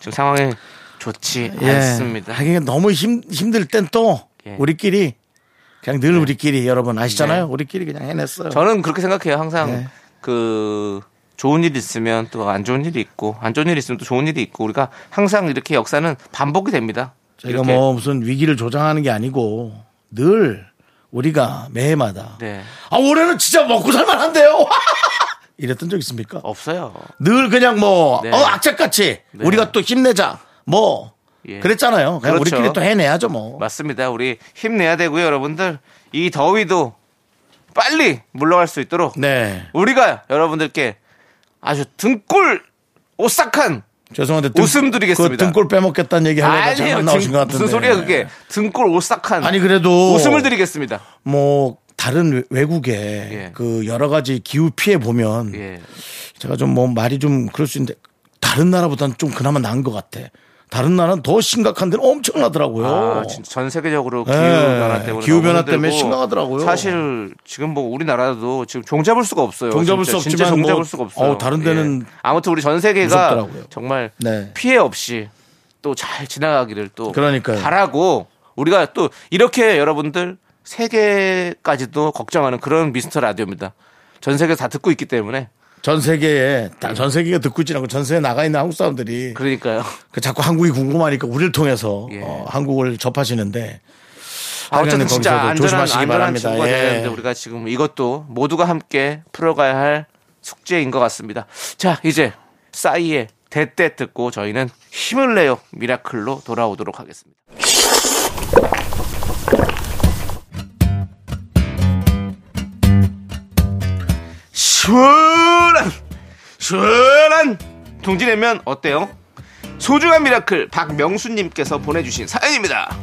B: 지금 상황이 좋지
A: 예.
B: 않습니다.
A: 하긴 너무 힘, 힘들 땐 또
B: 예. 네.
A: 우리끼리 그냥 늘 우리끼리 여러분 아시잖아요. 우리끼리 그냥 해냈어요.
B: 저는 그렇게 생각해요. 항상
A: 네.
B: 그 좋은 일 있으면 또 안 좋은 일이 있고 안 좋은 일 있으면 또 좋은 일이 있고 우리가 항상 이렇게 역사는 반복이 됩니다.
A: 저희가 뭐 무슨 위기를 조장하는 게 아니고 늘 우리가 매해마다
B: 네.
A: 아 올해는 진짜 먹고 살만한데요. *laughs* 이랬던 적 있습니까?
B: 없어요.
A: 늘 그냥 뭐
B: 네.
A: 어, 악착같이
B: 네.
A: 우리가 또 힘내자 뭐
B: 예.
A: 그랬잖아요. 그냥
B: 그렇죠.
A: 우리끼리 또 해내야죠 뭐.
B: 맞습니다. 우리 힘내야 되고요, 여러분들. 이 더위도 빨리 물러갈 수 있도록
A: 네
B: 우리가 여러분들께 아주 등골 오싹한
A: 죄송한데 등-
B: 웃음 드리겠습니다.
A: 그 등골 빼먹겠다는 얘기 하려다
B: 아니에요.
A: 잘못 나오신
B: 등-
A: 것 같은데
B: 무슨 소리야 그게 등골 오싹한
A: 아니 그래도
B: 웃음을 드리겠습니다.
A: 뭐 다른 외- 외국에
B: 예.
A: 그 여러 가지 기후 피해 보면
B: 예.
A: 제가 좀 뭐 말이 좀 그럴 수 있는데 다른 나라보다는 좀 그나마 나은 것 같아. 다른 나라는 더 심각한 데는 엄청나더라고요.
B: 아, 진짜 전 세계적으로 기후
A: 예.
B: 변화 때문에
A: 기후
B: 너무
A: 변화
B: 힘들고
A: 때문에 심각하더라고요.
B: 사실 지금 뭐 우리나라도 지금 종잡을 수가 없어요.
A: 종잡을
B: 진짜,
A: 수
B: 진짜
A: 없지만
B: 종잡을
A: 뭐,
B: 수가 없어요. 예.
A: 어우, 다른 데는
B: 아무튼 우리 전 세계가
A: 무섭더라고요.
B: 정말
A: 네.
B: 피해 없이 또 잘 지나가기를 또
A: 그러니까요.
B: 바라고 우리가 또 이렇게 여러분들 세계까지도 걱정하는 그런 미스터 라디오입니다. 전 세계 다 듣고 있기 때문에
A: 전 세계에 다- 전 세계가 듣고 있지 않고 전 세계에 나가 있는 한국 사람들이
B: 예. 그러니까요.
A: 그 자꾸 한국이 궁금하니까 우리를 통해서
B: 예.
A: 어, 한국을 접하시는데
B: 아, 어쨌든
A: 하여간은
B: 진짜
A: 거기서도
B: 안전한,
A: 조심하시기
B: 안전한
A: 바랍니다.
B: 친구가
A: 예.
B: 되는데 우리가 지금 이것도 모두가 함께 풀어가야 할 숙제인 것 같습니다. 자, 이제 싸이의 대때 듣고 저희는 힘을 내요 미라클로 돌아오도록 하겠습니다. 시원한 시원한 동지내면 어때요? 소중한 미라클 박명수님께서 보내주신 사연입니다.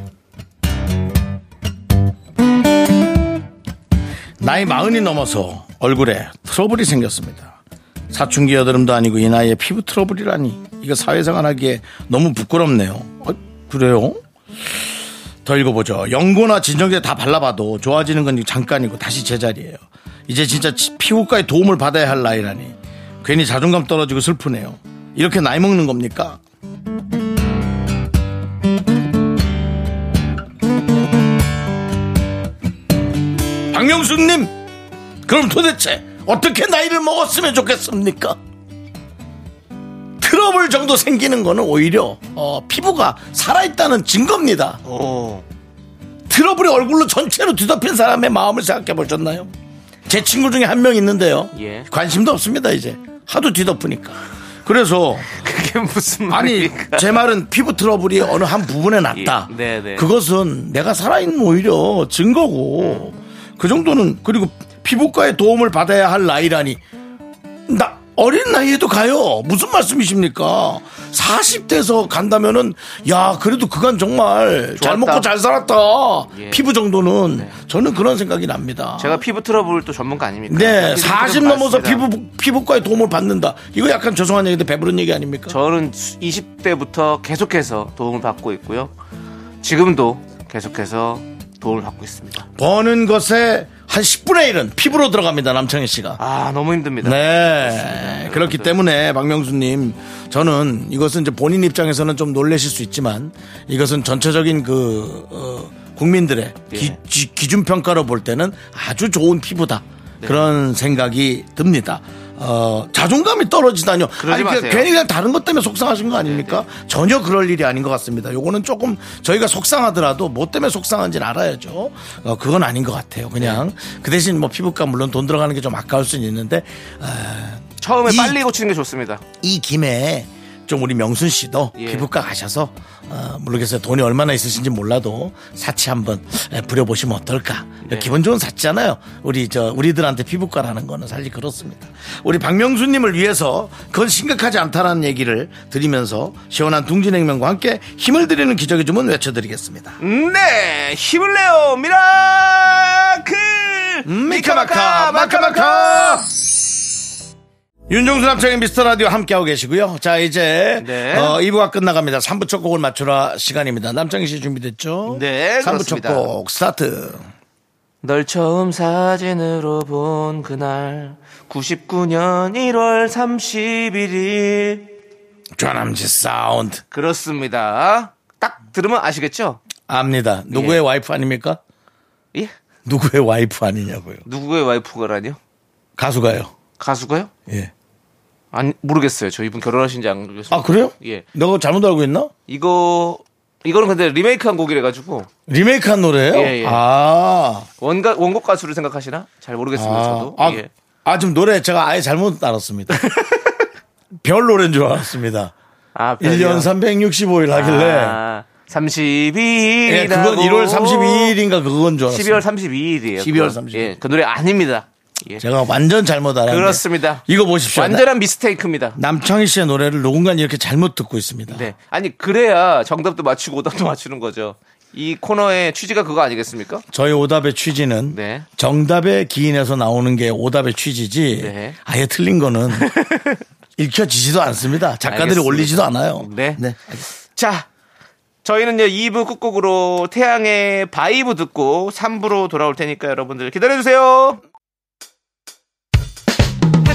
A: 나이 마흔이 넘어서 얼굴에 트러블이 생겼습니다. 사춘기 여드름도 아니고 이 나이에 피부 트러블이라니 이거 사회생활 하기에 너무 부끄럽네요. 어, 그래요? 더 읽어보죠. 연고나 진정제 다 발라봐도 좋아지는 건 잠깐이고 다시 제자리예요. 이제 진짜 치- 피부과의 도움을 받아야 할 나이라니 괜히 자존감 떨어지고 슬프네요. 이렇게 나이 먹는 겁니까? 박명수님, 그럼 도대체 어떻게 나이를 먹었으면 좋겠습니까? 트러블 정도 생기는 거는 오히려 어, 피부가 살아있다는 증거입니다. 트러블이 얼굴로 전체로 뒤덮인 사람의 마음을 생각해 보셨나요? 제 친구 중에 한 명 있는데요.
B: 예.
A: 관심도 없습니다 이제 하도 뒤덮으니까. 그래서
B: 그게 무슨
A: 아니
B: 말이니까?
A: 제 말은 피부 트러블이 어느 한 부분에 났다.
B: 예, 네, 네.
A: 그것은 내가 살아있는 오히려 증거고 그 정도는 그리고 피부과의 도움을 받아야 할 나이라니 나 어린 나이에도 가요. 무슨 말씀이십니까? 40대에서 간다면은 야 그래도 그간 정말
B: 좋았다.
A: 잘 먹고 잘 살았다.
B: 예.
A: 피부 정도는 저는 그런 생각이 납니다.
B: 제가 피부 트러블 또 전문가 아닙니까?
A: 네,
B: 피부
A: 40
B: 트러블
A: 넘어서
B: 맞습니다.
A: 피부 피부과의 도움을 받는다. 이거 약간 죄송한 얘기인데 배부른 얘기 아닙니까?
B: 저는 20대부터 계속해서 도움을 받고 있고요. 지금도 계속해서 도움을 받고 있습니다.
A: 버는 것에 한 10분의 1은 피부로 들어갑니다, 남창희 씨가.
B: 아 너무 힘듭니다.
A: 네. 그렇기 때문에 박명수님, 저는 이것은 이제 본인 입장에서는 좀 놀라실 수 있지만 이것은 전체적인 그, 어, 국민들의
B: 예.
A: 기, 준평가로볼 때는 아주 좋은 피부다.
B: 네.
A: 그런 생각이 듭니다. 어, 자존감이 떨어지다뇨.
B: 그러지
A: 아니, 그-
B: 마세요. 네,
A: 괜히 그냥 다른 것 때문에 속상하신 거 아닙니까? 전혀 그럴 일이 아닌 것 같습니다. 요거는 조금 저희가 속상하더라도 뭐 때문에 속상한지는 알아야죠. 어, 그건 아닌 것 같아요. 그냥
B: 네.
A: 그 대신 뭐 피부과 물론 돈 들어가는 게 좀 아까울 수는 있는데
B: 처음에
A: 이-
B: 빨리 고치는 게 좋습니다.
A: 이 김에 좀 우리 명순 씨도
B: 예.
A: 피부과 가셔서 어, 모르겠어요 돈이 얼마나 있으신지 몰라도 사치 한번 에, 부려보시면 어떨까 기분 좋은 사치잖아요 우리 저 우리들한테 피부과라는 거는 사실 그렇습니다 우리 박명수님을 위해서 그건 심각하지 않다라는 얘기를 드리면서 시원한 둥지냉면과 함께 힘을 드리는 기적의 주문 외쳐드리겠습니다
B: 네 힘을 내요 미라클
A: 미카마카 마카마카 윤종수 남창의 미스터 라디오 함께하고 계시고요. 자 이제
B: 네.
A: 어, 2부가 끝나갑니다. 3부 첫 곡을 맞추라 시간입니다. 남창희 씨 준비됐죠?
B: 네,
A: 3부
B: 그렇습니다.
A: 첫 곡 스타트.
B: 널 처음 사진으로 본 그날 99년 1월 31일
A: 좌남지 사운드.
B: 그렇습니다. 딱 들으면 아시겠죠?
A: 압니다. 누구의 와이프 아닙니까?
B: 예?
A: 누구의 와이프 아니냐고요.
B: 누구의 와이프가라뇨?
A: 가수가요.
B: 가수가요?
A: 예.
B: 아니 모르겠어요. 저 이분 결혼하신지 안 모르겠어요.
A: 아, 그래요?
B: 예.
A: 너가 잘못 알고 있나?
B: 이거 이거는 근데 리메이크한 곡이래 가지고
A: 리메이크한 노래예요?
B: 예, 예.
A: 아.
B: 원가 원곡 가수를 생각하시나? 잘 모르겠습니다. 저도.
A: 아,
B: 예.
A: 아, 지금 노래 제가 아예
B: *laughs*
A: 잘못 알았습니다. 별 노래인 줄 알았습니다.
B: 아,
A: 1년 365일 하길래.
B: 아, 32일이라고.
A: 예, 그건 1월 32일인가 그거인 줄 알았어요.
B: 12월 32일이에요.
A: 12월 32일.
B: 예, 그 노래 아닙니다. 예.
A: 제가 완전 잘못 알았는데.
B: 그렇습니다.
A: 이거 보십시오.
B: 완전한 미스테이크입니다.
A: 남창희 씨의 노래를 누군가 이렇게 잘못 듣고 있습니다.
B: 네. 아니 그래야 정답도 맞추고 오답도 *laughs* 맞추는 거죠. 이 코너의 취지가 그거 아니겠습니까?
A: 저희 오답의 취지는
B: 네.
A: 정답에 기인해서 나오는 게 오답의 취지지
B: 네.
A: 아예
B: *laughs*
A: 틀린 거는 읽혀지지도 않습니다. 작가들이
B: 알겠습니다.
A: 올리지도 않아요.
B: 네. 자, 저희는요 2부 끝곡으로 태양의 바이브 듣고 3부로 돌아올 테니까 여러분들 기다려주세요.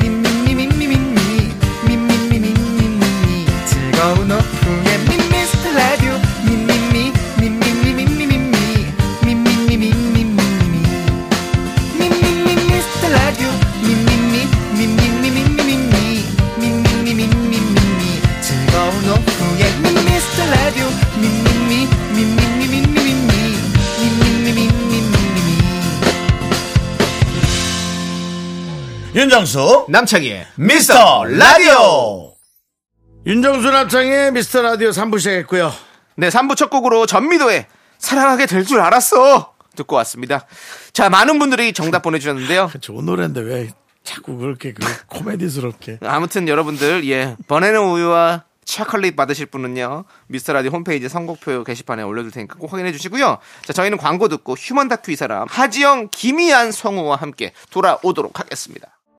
F: 미미미 미미미 미미미 미미미 즐거운 오후에 미미스터 라디오 미미미 미미미 미미미 미미미 미미미 미미미 미스터 라디오 미미미 미미미 미미미 미미미 미미미 즐거운 오후에 미스터 라디오 미미미 미미미 미미미 미미미 미미미
A: 윤정수
B: 남창희의
A: 미스터 라디오 윤정수 남창의 미스터 라디오 3부 시작했고요.
B: 네, 3부 첫 곡으로 전미도의 사랑하게 될 줄 알았어 듣고 왔습니다. 자, 많은 분들이 정답 보내주셨는데요.
A: 좋은 노래인데 왜 자꾸 그렇게 *laughs* 그 코미디스럽게
B: 아무튼 여러분들 예 버네는 우유와 초콜릿 받으실 분은요 미스터라디 홈페이지 선곡표 게시판에 올려둘 테니까 꼭 확인해 주시고요 자 저희는 광고 듣고 휴먼 다큐 이 사람 하지영 김희한 성우와 함께 돌아오도록 하겠습니다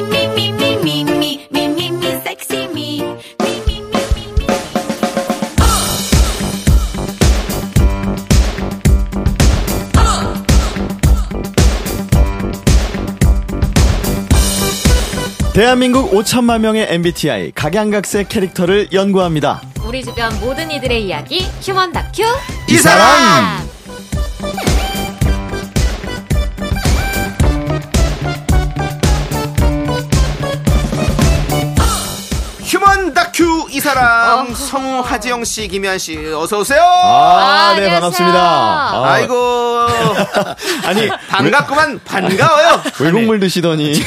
E: me, me, me, me, me, me, me, me, sexy me. Me, me, me, me, me.
G: 대한민국 5천만 명의 MBTI 각양각색 캐릭터를 연구합니다.
H: 우리 주변 모든 이들의 이야기 휴먼 다큐
A: 이 사람
B: 휴먼 다큐 이 사람 성우 하지영 씨 김희한 씨 어서 오세요
G: 아,
H: 아,
G: 네,
H: 안녕하세요.
G: 반갑습니다. 아,
B: 아, 이고
G: 아니,
B: 반갑구만 반가워요
G: 외국물 드시더니 *laughs*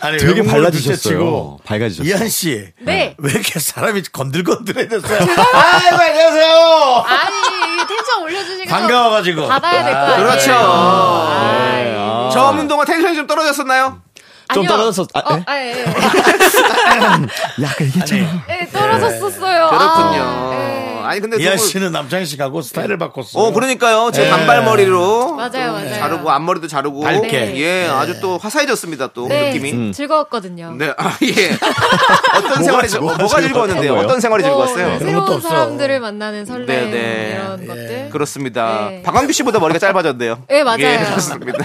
A: 아니,
G: 되게
A: 외국물
G: 밝아지셨어요.
A: 둘째치고
G: 밝아지셨어요.
A: 이한 씨.
H: 네.
A: 왜 이렇게 사람이 건들건들해졌어요? 아이고, 안녕하세요!
H: 아니 텐션 올려주시고
A: 반가워가지고. 그렇죠.
H: 받아야 될 거 아니에요
B: 그렇죠
A: 네.
H: 아,
B: 저 없는 동안 텐션이 좀 떨어졌었나요?
G: 좀
H: 아니요.
G: 떨어졌었- 아,
H: 어,
A: 네?
G: 예?
H: 아, 예, 예.
G: 약간 얘기했잖아.
H: 예, 떨어졌었어요.
B: 그렇군요.
H: 아, 예.
B: 아니 근데
A: 이한
B: 너무-
A: 씨는 네. 남창희 씨하고 스타일을 바꿨어요.
B: 어 그러니까요. 제 단발머리로
H: 맞아요, 맞아요.
B: 자르고 앞머리도 자르고
A: 밝게.
H: 네.
B: 예 아주 또 화사해졌습니다. 또그
H: 네,
B: 느낌이.
A: 음.
H: 즐거웠거든요.
B: 네, 아, 예. 어떤 생활이 즐-
G: 뭐가
B: 뭐가
G: 즐거웠던
B: 즐거웠는데요?
G: 거예요?
B: 어떤 생활이 즐거웠어요?
A: 그런 것도
H: 네. 새로운
A: 없어.
H: 사람들을 만나는 설렘
B: 네, 네.
H: 이런 것들.
B: 그렇습니다.
H: 네.
B: 박완규 씨보다 머리가 짧아졌네요.
H: 예, 맞아요.
B: 예, 그렇습니다.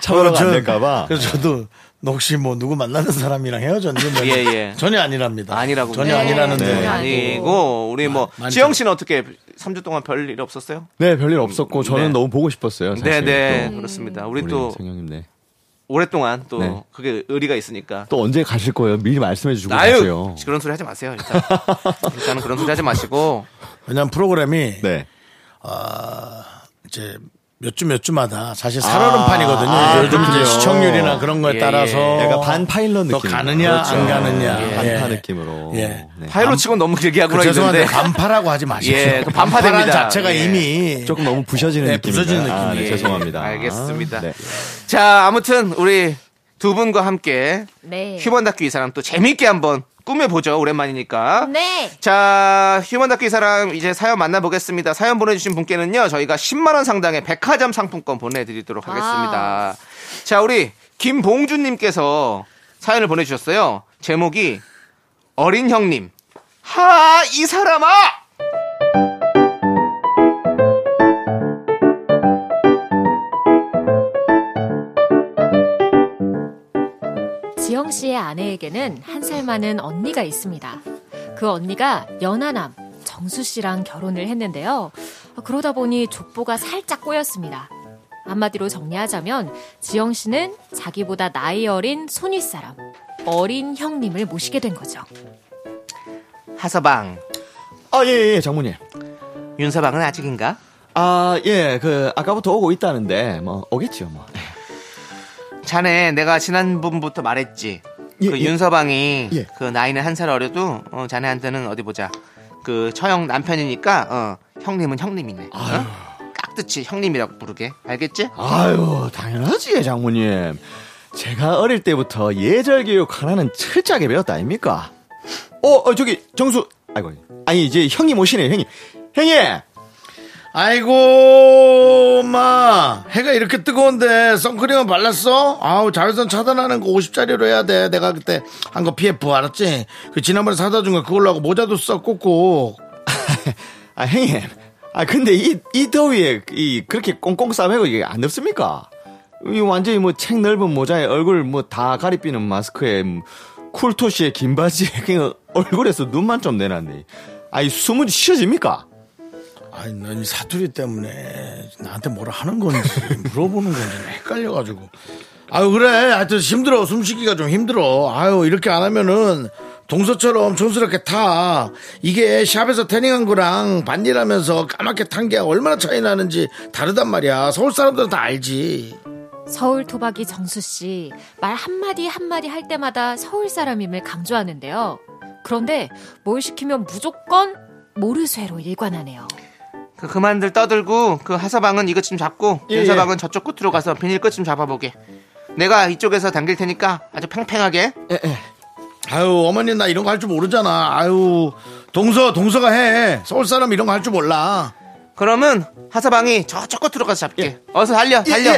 G: 참으로
A: 저는-
G: 안 될까봐.
A: 그래서 저도 혹시 뭐 누구 만나는 사람이랑 헤어졌니? 뭐
B: 예, 예.
A: 전혀 아니랍니다.
B: 아니라고.
A: 전혀
H: 네.
A: 아니라는데.
H: 네.
B: 아니고 우리 뭐
A: 많이
B: 지영 씨는 어떻게 3주 동안 별일 없었어요?
G: 네, 별일 없었고 저는
B: 네.
G: 너무 보고 싶었어요.
B: 네,
G: 사실
B: 네.
G: 또.
B: 그렇습니다. 우리
G: 우리
B: 또
G: 성형님 네.
B: 오랫동안 또
G: 네.
B: 그게 의리가 있으니까.
G: 또 언제 가실 거예요? 미리 말씀해 주고
B: 아유,
G: 가세요.
B: 그런 소리 하지 마세요. 일단. 일단은 그런 소리 하지 마시고.
A: 왜냐면 프로그램이 아,
G: 네.
A: 이제 몇 주 몇 주마다 사실 살얼음판이거든요. 요즘 이제
G: 그렇군요.
A: 시청률이나 그런 거에
B: 예,
A: 따라서
G: 약간 반 파일럿
A: 더
G: 느낌. 그렇죠.
A: 가느냐 안 가느냐
G: 반파
A: 예.
G: 느낌으로.
A: 예.
G: 네.
B: 파일로 치고 너무 길게 하고
A: 그 죄송한데
B: 있는데.
A: 반파라고 하지 마십시오.
B: 예, 그 반파됩니다.
A: 반파라는 자체가
B: 예.
A: 이미
G: 조금 너무 부셔지는
A: 네,
G: 느낌입니다.
A: 부서지는
G: 아, 네,
B: 예,
G: 죄송합니다.
B: 알겠습니다.
G: 네.
B: 자, 아무튼 우리 두 분과 함께
H: 네.
B: 휴먼 다큐 이 사람 또 재밌게 한번 꾸며보죠. 오랜만이니까.
H: 네.
B: 자, 휴먼 다큐 이 사람 이제 사연 만나보겠습니다. 사연 보내주신 분께는요, 저희가 10만원 상당의 백화점 상품권 보내드리도록
H: 아.
B: 하겠습니다. 자, 우리 김봉준님께서 사연을 보내주셨어요. 제목이 어린 형님. 하, 이 사람아!
H: 지영 씨의 아내에게는 한 살 많은 언니가 있습니다. 그 언니가 연하남 정수 씨랑 결혼을 했는데요. 그러다 보니 족보가 살짝 꼬였습니다. 한마디로 정리하자면 지영 씨는 자기보다 나이 어린 손윗 사람, 어린 형님을 모시게 된 거죠.
B: 하서방.
G: 아, 예, 예, 장모님.
B: 윤서방은 아직인가?
G: 아, 예, 그, 아까부터 오고 있다는데, 뭐, 오겠죠, 뭐.
B: 자네 내가 지난번부터 말했지.
G: 예,
B: 그
G: 예.
B: 윤서방이
G: 예.
B: 그 나이는 한 살 어려도 어, 자네한테는 어디 보자. 그 처형 남편이니까 어, 형님은 형님이네. 어? 깍듯이 형님이라고 부르게. 알겠지?
G: 아유, 당연하지, 장모님. 제가 어릴 때부터 예절 교육 하나는 철저하게 배웠다, 아닙니까? 어, 어, 저기, 정수, 아이고, 아니, 이제 형님 오시네, 형님. 형님!
A: 아이고 엄마 해가 이렇게 뜨거운데 선크림은 발랐어? 아우 자외선 차단하는 거 50짜리로 해야 돼 내가 그때 한 거 PF 알았지? 그 지난번에 사다 준 거 그걸로 하고 모자도 써 꼭꼭
G: 아, 형님. 아, 근데 이, 이 더위에, 이, 그렇게 꽁꽁 싸매고 이게 안 덥습니까? 이 완전히 뭐, 책 넓은 모자에 얼굴 뭐 다 가리비는 마스크에, 음, 쿨토시에 긴 바지에, *laughs* 그냥 얼굴에서 눈만 좀 내놨네. 아이, 숨은 쉬어집니까?
A: 아니 난이 사투리 때문에 나한테 뭐라 하는 건지 물어보는 건지 헷갈려가지고 아유 그래 하여튼 힘들어 숨쉬기가 좀 힘들어 아유 이렇게 안 하면은 동서처럼 촌스럽게 타 이게 샵에서 태닝한 거랑 반일하면서 까맣게 탄 게 얼마나 차이 나는지 다르단 말이야 서울 사람들은 다 알지
H: 서울 토박이 정수 씨, 말 한마디 한마디 할 때마다 서울 사람임을 강조하는데요. 그런데 뭘 시키면 무조건 모르쇠로 일관하네요.
B: 그 그만들 떠들고 그 하서방은 이것 좀 잡고
G: 예,
B: 윤서방은 저쪽 끝으로 가서 비닐 끝 좀 잡아보게. 내가 이쪽에서 당길 테니까 아주 팽팽하게.
A: 아유 어머니 나 이런 거 할 줄 모르잖아 아유 동서 동서가 해 서울 사람 이런 거 할 줄 몰라
B: 그러면 하서방이 저쪽 끝으로 가서 잡게.
G: 예.
B: 어서 달려, 달려.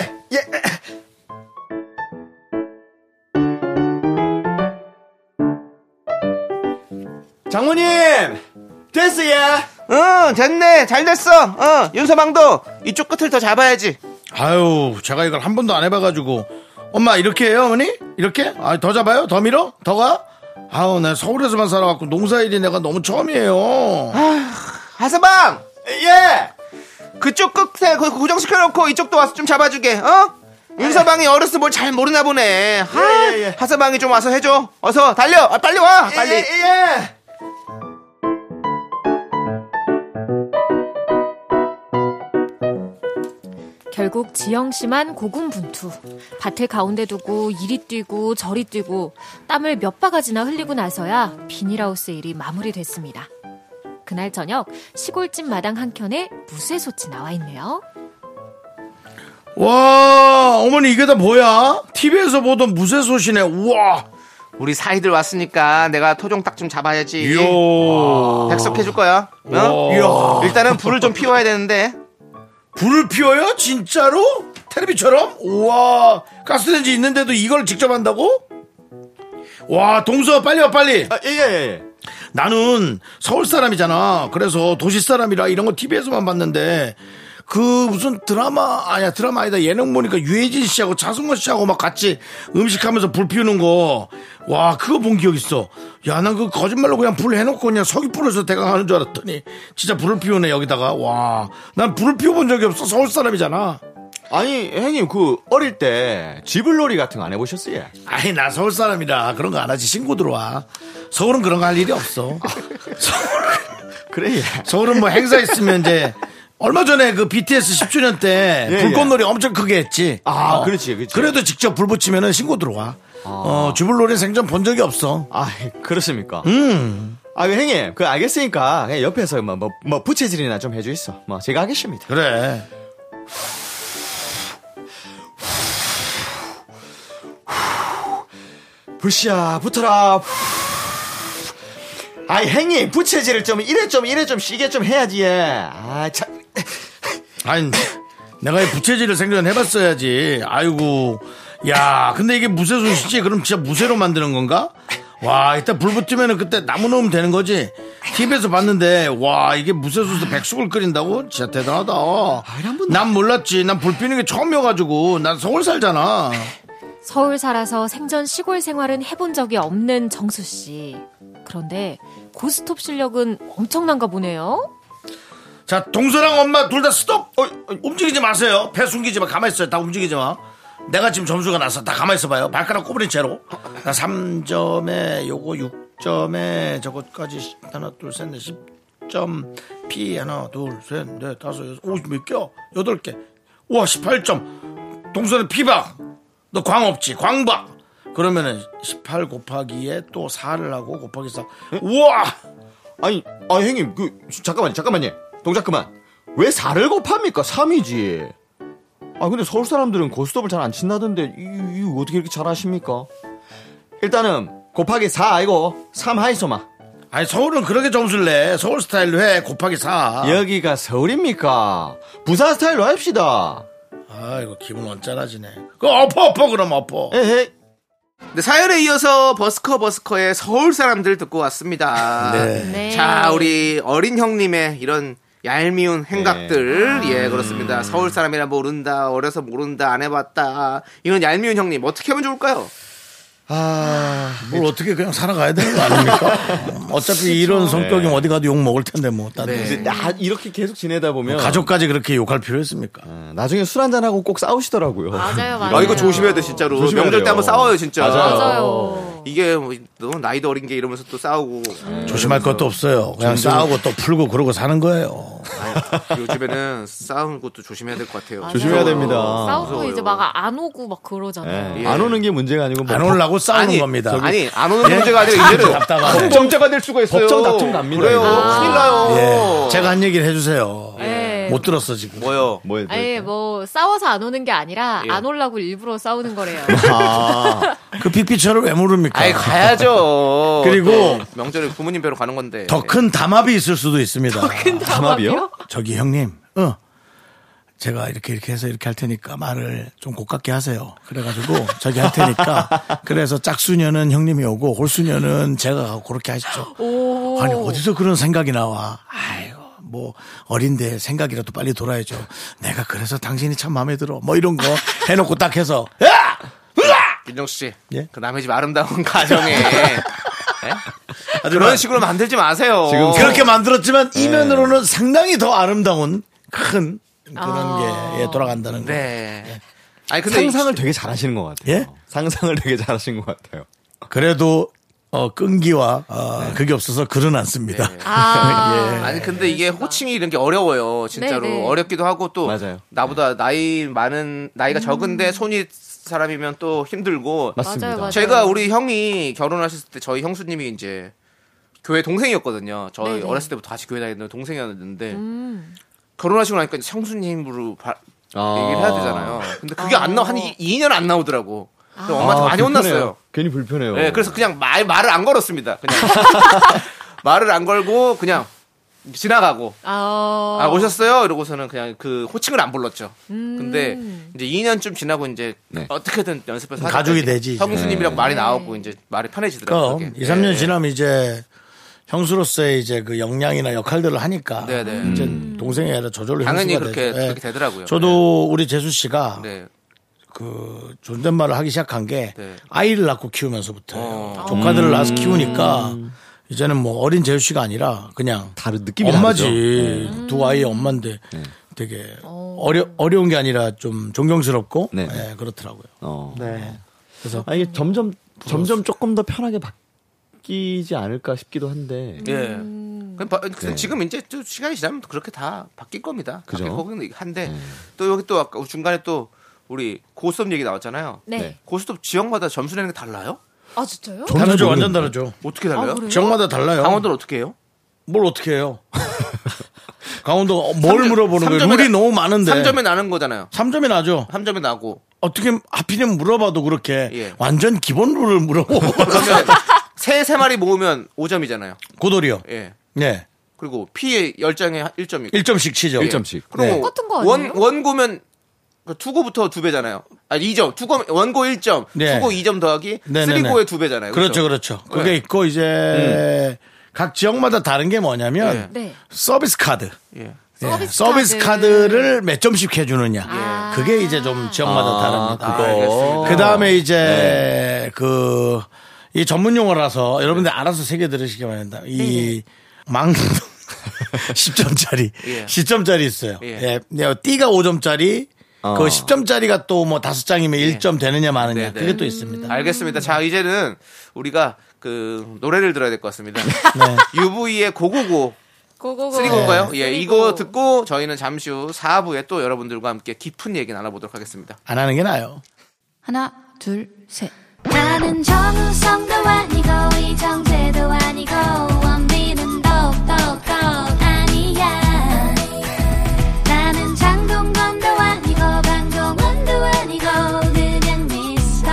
G: 장모님! 됐어요!
B: 응, 됐네. 잘 됐어. 어, 윤서방도 이쪽 끝을 더 잡아야지.
A: 아유, 제가 이걸 한 번도 안 해봐가지고. 엄마, 이렇게 해요, 어머니? 이렇게? 아, 더 잡아요? 더 밀어? 더 가? 아우, 나 서울에서만 살아갖고 농사일이 내가 너무 처음이에요.
B: 하서방!
G: 예!
B: 그쪽 끝에 거 고정시켜놓고 이쪽도 와서 좀 잡아주게, 어? 윤서방이 어렸을 뭘 잘 모르나 보네. 하,
G: 예, 예, 예.
B: 하서방이 좀 와서 해줘. 어서 달려. 아, 빨리 와. 빨리.
G: 예!
H: 결국 지영 씨만 고군분투. 밭을 가운데 두고 이리 뛰고 저리 뛰고 땀을 몇 바가지나 흘리고 나서야 비닐하우스 일이 마무리됐습니다. 그날 저녁 시골집 마당 한켠에 무쇠솥이 나와 있네요.
A: 와, 어머니 이게 다 뭐야? TV에서 보던 무쇠솥이네. 우와.
B: 우리 사이들 왔으니까 내가 토종 딱 좀 잡아야지.
A: 이야.
B: 백석 해줄 거야. 어?
A: 와.
B: 일단은 불을 좀 피워야 되는데.
A: 불을 피워요? 진짜로? 텔레비처럼? 우와. 가스레인지 있는데도 이걸 직접 한다고? 와, 동서 빨리 와 빨리.
G: 아, 예, 예, 예.
A: 나는 서울 사람이잖아. 그래서 도시 사람이라 이런 거 TV에서만 봤는데 그 무슨 드라마 아니야 드라마 아니다 예능 보니까 유해진 씨하고 차승원 씨하고 막 같이 음식하면서 불 피우는 거 와 그거 본 기억 있어. 야 난 그 거짓말로 그냥 불 해놓고 그냥 서귀풀에서 대강하는 줄 알았더니 진짜 불을 피우네 여기다가 와 난 불을 피워본 적이 없어 서울 사람이잖아.
G: 아니, 형님, 그, 어릴 때, 지불놀이 같은 거 안 해보셨어요?
A: 아니 나 서울 사람이라 그런 거 안 하지 신고 들어와. 서울은 그런 거 할 일이 없어. *laughs*
G: 그래, 예.
A: 서울은 뭐 행사 있으면 이제 얼마 전에 그 BTS 10주년 때
G: 예,
A: 불꽃놀이 엄청 크게 했지.
G: 아, 그렇지, 아. 그렇지.
A: 래도 직접 불 붙이면은 신고 들어와. 어, 주불놀이 생전 본 적이 없어.
G: 아, 그렇습니까? 음. 아, 그 형님, 그, 알겠으니까, 그냥 옆에서, 뭐, 뭐, 뭐, 부채질이나 좀 해주있어. 뭐, 제가 하겠습니다.
A: 그래.
G: 불씨야, 붙어라. 아이, 형님, 부채질을 좀, 이래 좀, 이래 좀, 시게 좀 해야지, 예. 아, 참.
A: 아니 내가 이 부채질을 생전 해봤어야지. 아이고. 야, 근데 이게 무쇠솥이지? 그럼 진짜 무쇠로 만드는 건가? 와, 일단 불 붙으면은 그때 나무 넣으면 되는 거지. TV에서 봤는데, 와, 이게 무쇠솥에서 백숙을 끓인다고? 진짜 대단하다. 난 몰랐지. 난 불 피는 게 처음이어가지고. 난 서울 살잖아.
H: 서울 살아서 생전 시골 생활은 해본 적이 없는 정수 씨. 그런데 고스톱 실력은 엄청난가 보네요.
A: 자, 동서랑 엄마 둘 다 스톱! 어, 어, 움직이지 마세요. 배 숨기지 마. 가만히 있어요. 다 움직이지 마. 내가 지금 점수가 나서 다 가만히 있어봐요. 발가락 꼬부린 채로. 나 3점에 요거 6점에 저것까지 하나, 둘, 셋, 넷, 10점. P 하나, 둘, 셋, 넷, 다섯, 여섯, 오, 몇 개야? 여덟 개. 우와, 18점. 동서는 피박. 너 광 없지? 광박. 그러면은 18 곱하기에 또 4를 하고 곱하기 4. 우와!
G: 아니, 아, 형님, 그, 잠깐만요, 잠깐만요. 동작 그만. 왜 4를 곱합니까? 3이지. 아, 근데 서울 사람들은 고스톱을 잘 안 친다던데, 이, 이, 어떻게 이렇게 잘 하십니까? 일단은, 곱하기 4 아니고, 3 하이소마.
A: 아니 서울은 그렇게 점수를 내 서울 스타일로 해 곱하기 4
G: 여기가 서울입니까? 부산 스타일로 합시다.
A: 아 이거 기분 언짢아지네 그 엎어 엎어 그럼 엎어
G: 에헤이.
B: 네, 사연에 이어서 버스커 버스커의 서울 사람들 듣고 왔습니다.
H: 네.
B: 자, 우리 어린 형님의 이런 얄미운 행각들. 예, 그렇습니다. 서울 사람이라 모른다, 어려서 모른다, 안 해봤다. 이런 얄미운 형님, 어떻게 하면 좋을까요?
A: 뭘 어떻게 그냥 살아가야 되는 거 *laughs* 아닙니까 어차피 이런 성격이 어디 가도 욕 먹을 텐데 뭐 다른
B: 네.
G: 아, 이제 나- 이렇게 계속 지내다
A: 네.
G: 보면
A: 가족까지 그렇게 욕할 필요 있습니까
G: 어, 나중에 술 한잔하고 꼭 싸우시더라고요.
H: 맞아요, 맞아요.
B: 아, 이거 조심해야 돼, 진짜로.
G: 조심해야
B: 명절 때
G: 돼요.
B: 한번 싸워요, 진짜.
G: 네. 맞아요.
H: 맞아요.
B: 이게 뭐, 너 나이도 어린 게 이러면서 또 싸우고.
A: 조심할 것도 없어요 그냥 싸우고 또 풀고 그러고 사는 거예요
B: 아유, 요즘에는 싸우는 것도 조심해야 네. 될 것 같아요.
G: 조심해야 됩니다.
H: 싸우고
B: 무서워요.
H: 이제 막 안 오고 막 그러잖아요.
G: 예. 안 오는 게 문제가 아니고 뭐
A: 안 올라고 싸우는
B: 아니,
A: 겁니다 예?
B: 아니, 안 오는 문제가 아니라 이제는
A: 답답하네
B: 걱정자가 될 수가 있어요.
G: 걱정 다툼 갑니다.
B: 그래요.
G: 아.
B: 큰일 나요.
A: 예, 제가 한 얘기를 해주세요
H: 예.
A: 못 들었어 지금
B: 어. 뭐요?
G: 뭐- 뭐-
H: 아니 뭐 싸워서 안 오는 게 아니라
B: 예.
H: 안 올라고 일부러 싸우는 거래요. *laughs*
A: 그 피피처를 왜 모릅니까
B: 아이 가야죠.
A: 그리고
B: 또 명절에 부모님 뵈러 가는 건데.
A: 더 큰 담합이 있을 수도 있습니다
G: 담합이요?
A: 저기 형님, 어. 제가 이렇게 이렇게 해서 이렇게 할 테니까 말을 좀 고깝게 하세요. 그래가지고 저기
B: *laughs*
A: 할 테니까 그래서 짝수녀는 형님이 오고 홀수녀는 제가 가고 그렇게 하시죠. 아니 어디서 그런 생각이 나와? 아이고 뭐 어린데 생각이라도 빨리 돌아야죠. 내가 그래서 당신이 참 마음에 들어. 뭐 이런 거 해놓고 딱 해서 예? 야!
B: 윤정 씨,
A: 예?
B: 그 남의 집 아름다운 *laughs* 가정에 예? 그런 식으로 네. 만들지 마세요.
G: 지금
A: 그렇게 만들었지만 이면으로는 상당히 더 아름다운 큰 그런
B: 아.
A: 게 예, 돌아간다는 거.
B: 네. 아니 근데
G: 상상을 되게 잘하시는 것 같아요.
A: 예?
G: 상상을 되게 잘하신 것 같아요.
A: 그래도 어, 끈기와 어, 그게 없어서 글은 안 씁니다. *laughs* 예.
H: 아,
B: 네. 아니 근데 이게 호칭이 이런 게 어려워요 진짜로
H: 네, 네.
B: 어렵기도 하고 또
G: 맞아요.
B: 나보다 나이 많은 나이가
H: 음.
B: 적은데 손이 사람이면 또 힘들고
G: 맞습니다.
H: 맞아요, 맞아요.
B: 제가 우리 형이 결혼하셨을 때 저희 형수님이 이제 교회 동생이었거든요. 저희
H: 네네. 음.
B: 어렸을 때부터 같이 교회 다니는 동생이었는데 결혼하시고 나니까 이제 형수님으로 바- 얘기를 해야 되잖아요. 근데 그게 안 나와 한 2년 안 나오더라고.
H: 아.
B: 아, 그래서 엄마한테 많이
G: 아, 불편해요.
B: 혼났어요.
G: 괜히 불편해요.
B: 예, 그래서 그냥 말, 말을 안 걸었습니다.
H: *laughs*
B: 그냥 말을 안 걸고 그냥 지나가고
H: 아,
B: 아 오셨어요 이러고서는 그냥 그 호칭을 안 불렀죠.
H: 음.
B: 근데 이제 2년쯤 지나고 이제
G: 네.
B: 어떻게든 연습해서
A: 음, 가족이
B: 하니까
A: 되지, 이제.
B: 형수님이라고
H: 네.
B: 말이 나오고 이제 말이 편해지더라고요.
A: 그럼
B: 그게.
A: 2, 3년
B: 예.
A: 지나면 이제 형수로서의 이제 그 역량이나 역할들을 하니까
B: 네, 네.
A: 이제 동생이 아니라 저절로
B: 당연히
A: 형수가
B: 그렇게
A: 되죠. 예.
B: 그렇게 되더라고요.
A: 저도 우리 재수 씨가
B: 네.
A: 그 존댓말을 하기 시작한 게
B: 네.
A: 아이를 낳고 키우면서부터
B: 어.
A: 조카들을 낳아서 키우니까 이제는 뭐 어린 재수 씨가 아니라 그냥
G: 음. 다른 느낌이
A: 엄마지
G: 다르죠. 네.
A: 두 아이의 엄마인데 되게 어려 어려운 게 아니라 좀 존경스럽고
G: 네.
A: 예, 그렇더라고요.
G: 어.
C: 네.
A: 그래서
G: 아 이게 점점 점점 조금 더 편하게 바뀌지 않을까 싶기도 한데.
B: 예.
H: 음.
B: 그럼 바-
A: 네.
B: 그래서 지금 이제 또 시간이 지나면 또 그렇게 다 바뀔 겁니다.
G: 그죠.
B: 바뀔 거긴 한데
A: 네.
B: 또 여기 또 아까 중간에 또 우리 고수업 얘기 나왔잖아요.
H: 네.
G: 네.
B: 고수업 지역마다 점수 내는 게 달라요?
H: 아 진짜요?
A: 다르죠, 완전 다르죠.
B: 어떻게 달라요?
H: 아, 그래요?
A: 지역마다 달라요.
B: 강원도는 어떻게 해요?
A: 뭘 어떻게 해요? *laughs* 강원도 어, 뭘
B: 삼 점-
A: 물어보는 거예요?
B: 삼 점에
A: 룰이
B: 나-
A: 너무 많은데.
B: 3점에 나는 거잖아요.
A: 3점이 나죠.
B: 3점에 나고.
A: 어떻게 하필이면 물어봐도 그렇게
B: 예.
A: 완전 기본 룰을
B: *laughs*
A: 물어보고
H: *laughs*
B: 그러면 세, 세 마리 모으면 5점이잖아요.
A: 고돌이요.
B: 예.
A: 네.
B: 그리고 P 10장에 1점이고.
A: 1점씩 치죠.
G: 일 점씩.
B: 그럼 뭐
A: 네.
H: 똑같은 거
B: 원,
H: 아니에요?
B: 원고면 그 투고부터 두 배잖아요. 아, 2점. 투고, 원고 1점.
A: 네.
B: 투고 2점 더하기
A: 네, 네, 네.
B: 쓰리고의 두 배잖아요.
A: 그렇죠, 그렇죠. 그게
B: 네. 음.
A: 있고 이제 각 지역마다 다른 게 뭐냐면
H: 네.
A: 서비스 카드.
B: 예.
A: 예,
H: 서비스
A: 서비스
H: 카드.
A: 카드를 몇 점씩 해주느냐.
B: 아.
A: 그게 이제 좀 지역마다
G: 아,
A: 다릅니다. 아, 그 다음에 이제 그, 이 전문 용어라서 여러분들 알아서 새겨 들으시기 바랍니다. 이 망, *laughs* 10점짜리, *laughs*
B: 예.
A: 10점짜리 있어요.
B: 예.
A: 예. 네, 띠가 5점짜리,
G: 어.
A: 그 10점짜리가 또 뭐 다섯 장이면 1점 되느냐 마느냐
B: 네, 네.
A: 그게 또 있습니다.
B: 알겠습니다. 자, 이제는 우리가 그 노래를 들어야 될 것 같습니다.
A: 네.
B: *laughs* UV의 고고고
H: 고고고.
B: 쓰리 건가요? 예, 이거
H: 네. 쓰리고.
B: 듣고 저희는 잠시 후 4부에 또 여러분들과 함께 깊은 얘기 나눠보도록 하겠습니다.
A: 안 하는 게 나아요.
I: 하나, 둘, 셋.
E: 나는 정우성도 아니고 이정재도 아니고 원빈은 더욱더 아니야 나는 장동건도 아니고 방종원도 아니고 그냥 미스터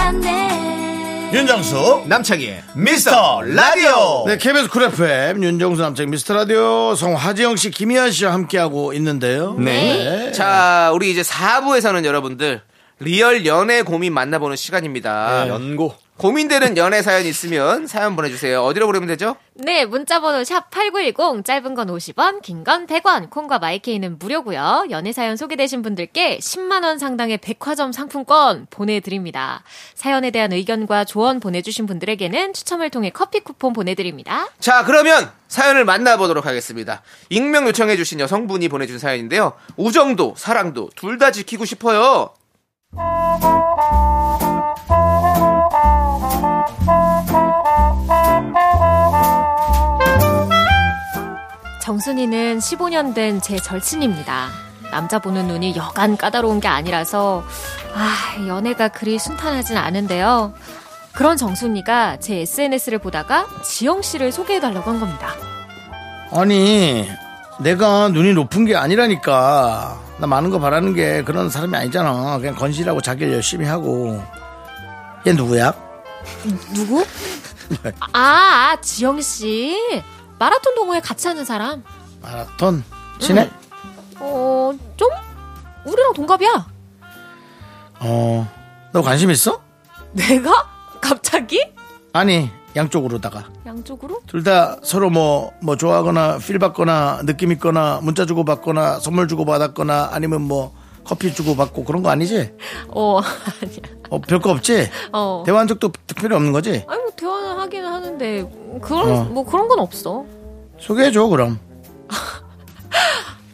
E: 미스터란데
A: 윤정수,
B: 남창희의
A: 미스터 라디오. 네, KBS 쿨 FM 윤정수 남창 미스터 라디오 성화재영 씨, 김희연 씨와 함께하고 있는데요.
B: 예?
A: 네.
B: 자, 우리 이제 4부에서는 여러분들 리얼 연애 고민 만나보는 시간입니다.
G: 연고.
B: 고민되는 연애 사연 있으면 사연 보내주세요. 어디로 보내면 되죠?
H: 네, 문자번호 샵 #8910 짧은 건 50원, 긴 건 100원, 콩과 마이케이는 무료고요. 연애 사연 소개되신 분들께 10만 원 상당의 백화점 상품권 보내드립니다. 사연에 대한 의견과 조언 보내주신 분들에게는 추첨을 통해 커피 쿠폰 보내드립니다.
B: 자, 그러면 사연을 만나보도록 하겠습니다. 익명 요청해주신 여성분이 보내준 사연인데요. 우정도, 사랑도 둘 다 지키고 싶어요.
H: 정순이는 15년 된 제 절친입니다. 남자 보는 눈이 여간 까다로운 게 아니라서 아, 연애가 그리 순탄하진 않은데요. 그런 정순이가 제 SNS를 보다가 지영 씨를 소개해달라고 한 겁니다.
A: 아니 내가 눈이 높은 게 아니라니까 나 많은 거 바라는 게 그런 사람이 아니잖아 그냥 건실하고 자기를 열심히 하고 얘 누구야?
H: 누구? 아, 아, 지영 씨. 마라톤 동호회 같이 하는 사람.
A: 마라톤 친해?
H: 어, 좀 우리랑 동갑이야.
A: 어너 관심 있어?
H: 내가 갑자기
A: 아니 양쪽으로다가
H: 양쪽으로?
A: 둘 다 서로 뭐, 뭐 좋아하거나 필 받거나 느낌 있거나 문자 주고 받거나 선물 주고 받았거나 아니면 뭐 커피 주고 받고 그런 거 아니지?
H: 어, *laughs* 아니야.
A: 어, 별거 없지?
H: 어.
A: 대화한 적도 특별히 없는 거지?
H: 아니 뭐 대화는 하기는 하는데 그런
A: 어.
H: 뭐 그런 건 없어.
A: 소개해줘 그럼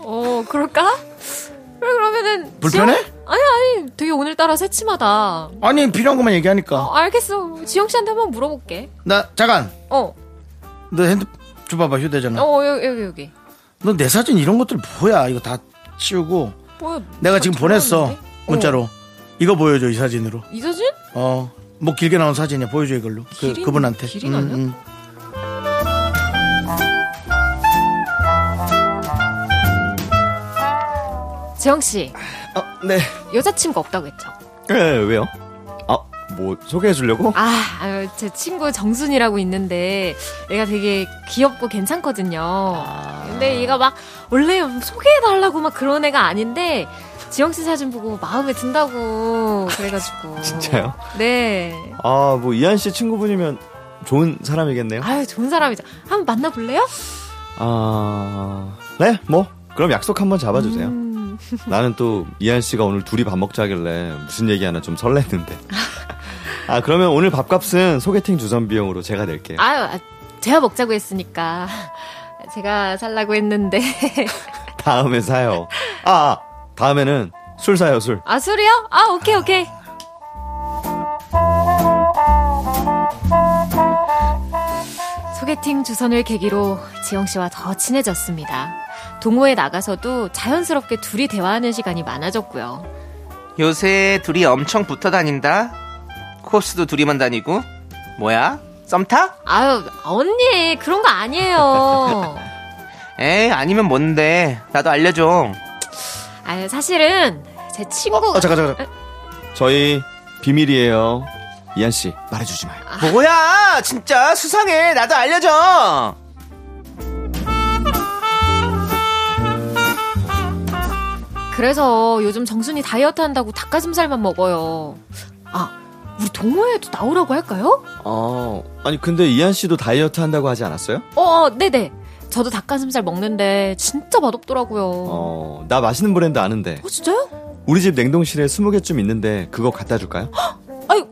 H: 어, 그럴까? 그래 그러면은
A: 불편해?
H: 지영- 아니 아니 되게 오늘따라 새침하다.
A: 아니 필요한 것만
H: 어,
A: 얘기하니까
H: 알겠어. 지영 씨한테 한번 물어볼게.
A: 나 잠깐
H: 어,
A: 너 핸드 줘봐봐 휴대전화.
H: 어 여기 여기 여기.
A: 너 내 사진 이런 것들 뭐야? 이거 다 치우고
H: 뭐야?
A: 내가 지금 보냈어
H: 들어왔는데?
A: 문자로. 이거 보여줘 이 사진으로.
H: 어. 이 사진?
A: 어, 뭐 길게 나온 사진이야. 보여줘 이걸로. 그
H: 기린-
A: 그분한테. 음.
H: 기린 아니야? 재영 씨
G: 아,
A: 어,
G: 네.
H: 여자친구 없다고 했죠?
G: 예, 왜요? 아, 뭐 소개해 주려고?
H: 아, 아유, 제 친구 정순이라고 있는데 얘가 되게 귀엽고 괜찮거든요.
A: 아.
H: 근데 얘가 막 원래 소개해달라고 막 그런 애가 아닌데 지영 씨 사진 보고
A: *laughs*
H: 마음에 든다고 그래가지고.
G: 진짜요?
H: 네.
G: 아, 뭐 이한 씨 친구분이면 좋은 사람이겠네요.
H: 아유 좋은 사람이죠. 한번 만나볼래요?
G: 아, 네, 뭐 그럼 약속 한번 잡아주세요.
H: 음.
G: 나는 또 이한 씨가 오늘 둘이 밥 먹자길래 무슨 얘기 하나 좀 설렜는데. 아, 그러면 오늘 밥값은 소개팅 주선 비용으로 제가 낼게요.
H: 아유 아, 제가 먹자고 했으니까 제가 살라고 했는데 *laughs*
G: 다음에 사요. 아, 아, 다음에는 술 사요 술.
H: 아 술이요? 아 오케이 오케이. 소개팅 주선을 계기로 지영 씨와 더 친해졌습니다. 동호회 나가서도 자연스럽게 둘이 대화하는 시간이 많아졌고요.
B: 요새 둘이 엄청 붙어 다닌다. 코스도 둘이만 다니고. 뭐야? 썸타?
H: 아유 언니 그런 거 아니에요.
B: 에이, 아니면 뭔데? 나도 알려줘.
H: 아유 사실은 제 친구.
G: 아, 잠깐 잠깐. 저희 비밀이에요. 이한 씨 말해주지 마요.
H: 아.
B: 뭐야? 진짜 수상해. 나도 알려줘.
H: 그래서 요즘 정순이 다이어트 한다고 닭가슴살만 먹어요. 아, 우리 동호회에도 나오라고 할까요?
G: 아, 아니 근데 이한 씨도 다이어트 한다고 하지 않았어요?
H: 어, 어, 네네. 저도 닭가슴살 먹는데 진짜 맛없더라고요. 어,
G: 어, 나 맛있는 브랜드 아는데
H: 진짜요?
G: 우리 집 냉동실에 20개쯤 있는데 그거 갖다 줄까요?
H: 아이,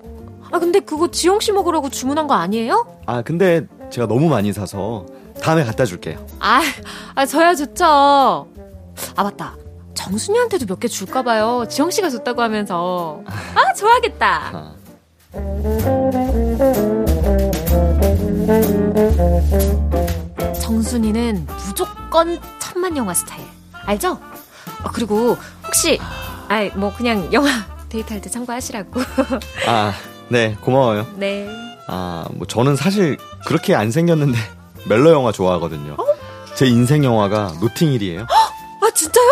H: 아, 근데 그거 지영 씨 먹으라고 주문한 거 아니에요?
G: 아, 근데 제가 너무 많이 사서 다음에 갖다 줄게요.
H: 아, 아 저야 좋죠. 아, 맞다. 정순이한테도 몇 개 줄까봐요. 지영 씨가 줬다고 하면서. 아, 좋아하겠다. 정순이는 무조건 천만 영화 스타일. 알죠? 아, 그리고 혹시, 아이, 뭐 그냥 영화 *laughs* 데이트할 때 참고하시라고. *laughs*
G: 아, 네, 고마워요.
H: 네.
G: 아, 뭐 저는 사실 그렇게 안 생겼는데 *laughs* 멜로 영화 좋아하거든요. 제 인생 영화가 노팅힐이에요.
H: 아, 진짜요?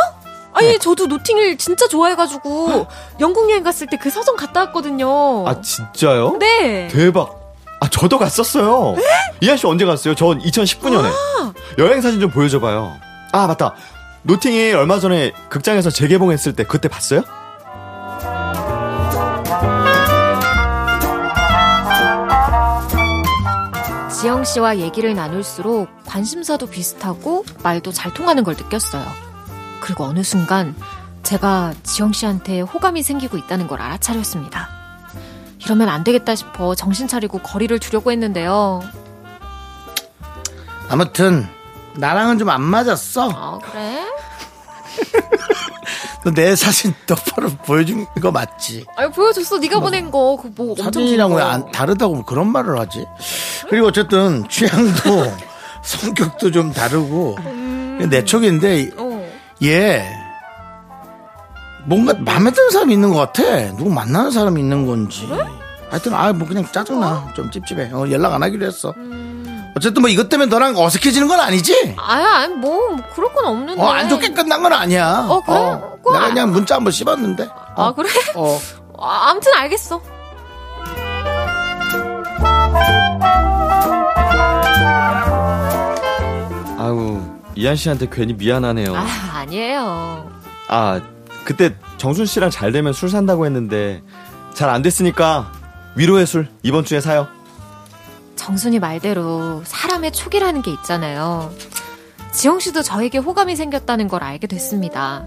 H: 아니,
A: 네.
H: 저도 노팅힐 진짜 좋아해가지고 영국 여행 갔을 때 그 서점 갔다 왔거든요.
G: 아, 진짜요?
H: 네.
A: 그
G: 대박. 아, 저도 갔었어요. 이한 씨 언제 갔어요? 전 2019년에.
H: 아.
G: 여행 사진 좀 보여줘 봐요. 아, 맞다. 노팅힐 얼마 전에 극장에서 재개봉했을 때 그때 봤어요?
H: 지영 씨와 얘기를 나눌수록 관심사도 비슷하고 말도 잘 통하는 걸 느꼈어요. 그리고 어느 순간 제가 지영 씨한테 호감이 생기고 있다는 걸 알아차렸습니다. 이러면 안 되겠다 싶어 정신 차리고 거리를 두려고 했는데요.
A: 아무튼 나랑은 좀 안 맞았어.
H: 아, 그래?
A: 너 내 사진 똑바로 보여준 거 맞지?
H: 아유, 보여줬어. 네가 보낸 거. 그거 뭐 엄청
A: 사진이랑
H: 긴
A: 왜
H: 거.
A: 안- 다르다고 뭐 그런 말을 하지? 그리고 어쨌든 *laughs* 취향도 성격도 좀 다르고 내 촉인데
H: 음. 어.
A: 얘 뭔가 마음에 드는 사람이 있는 것 같아. 누구 만나는 사람이 있는 건지. 하여튼 아 뭐 그냥 짜증나. 좀 찝찝해. 어, 연락 안 하기로 했어. 어쨌든 뭐 이것 때문에 너랑 어색해지는 건 아니지?
H: 음. 아유, 아니 뭐, 뭐 그럴 건 없는데.
A: 어 안 좋게 끝난 건 아니야.
H: 어, 그래? 그거
A: 내가
H: 아-
A: 그냥 문자 한번 씹었는데.
H: 아, 그래?
A: 어.
H: 아, 아무튼 알겠어.
G: 아우 이한 씨한테 괜히 미안하네요.
H: 아, 아니에요.
G: 아 그때 정순 씨랑 잘 되면 술 산다고 했는데 잘 안 됐으니까 위로의 술 이번 주에 사요.
H: 정순이 말대로 사람의 촉이라는 게 있잖아요. 지영 씨도 저에게 호감이 생겼다는 걸 알게 됐습니다.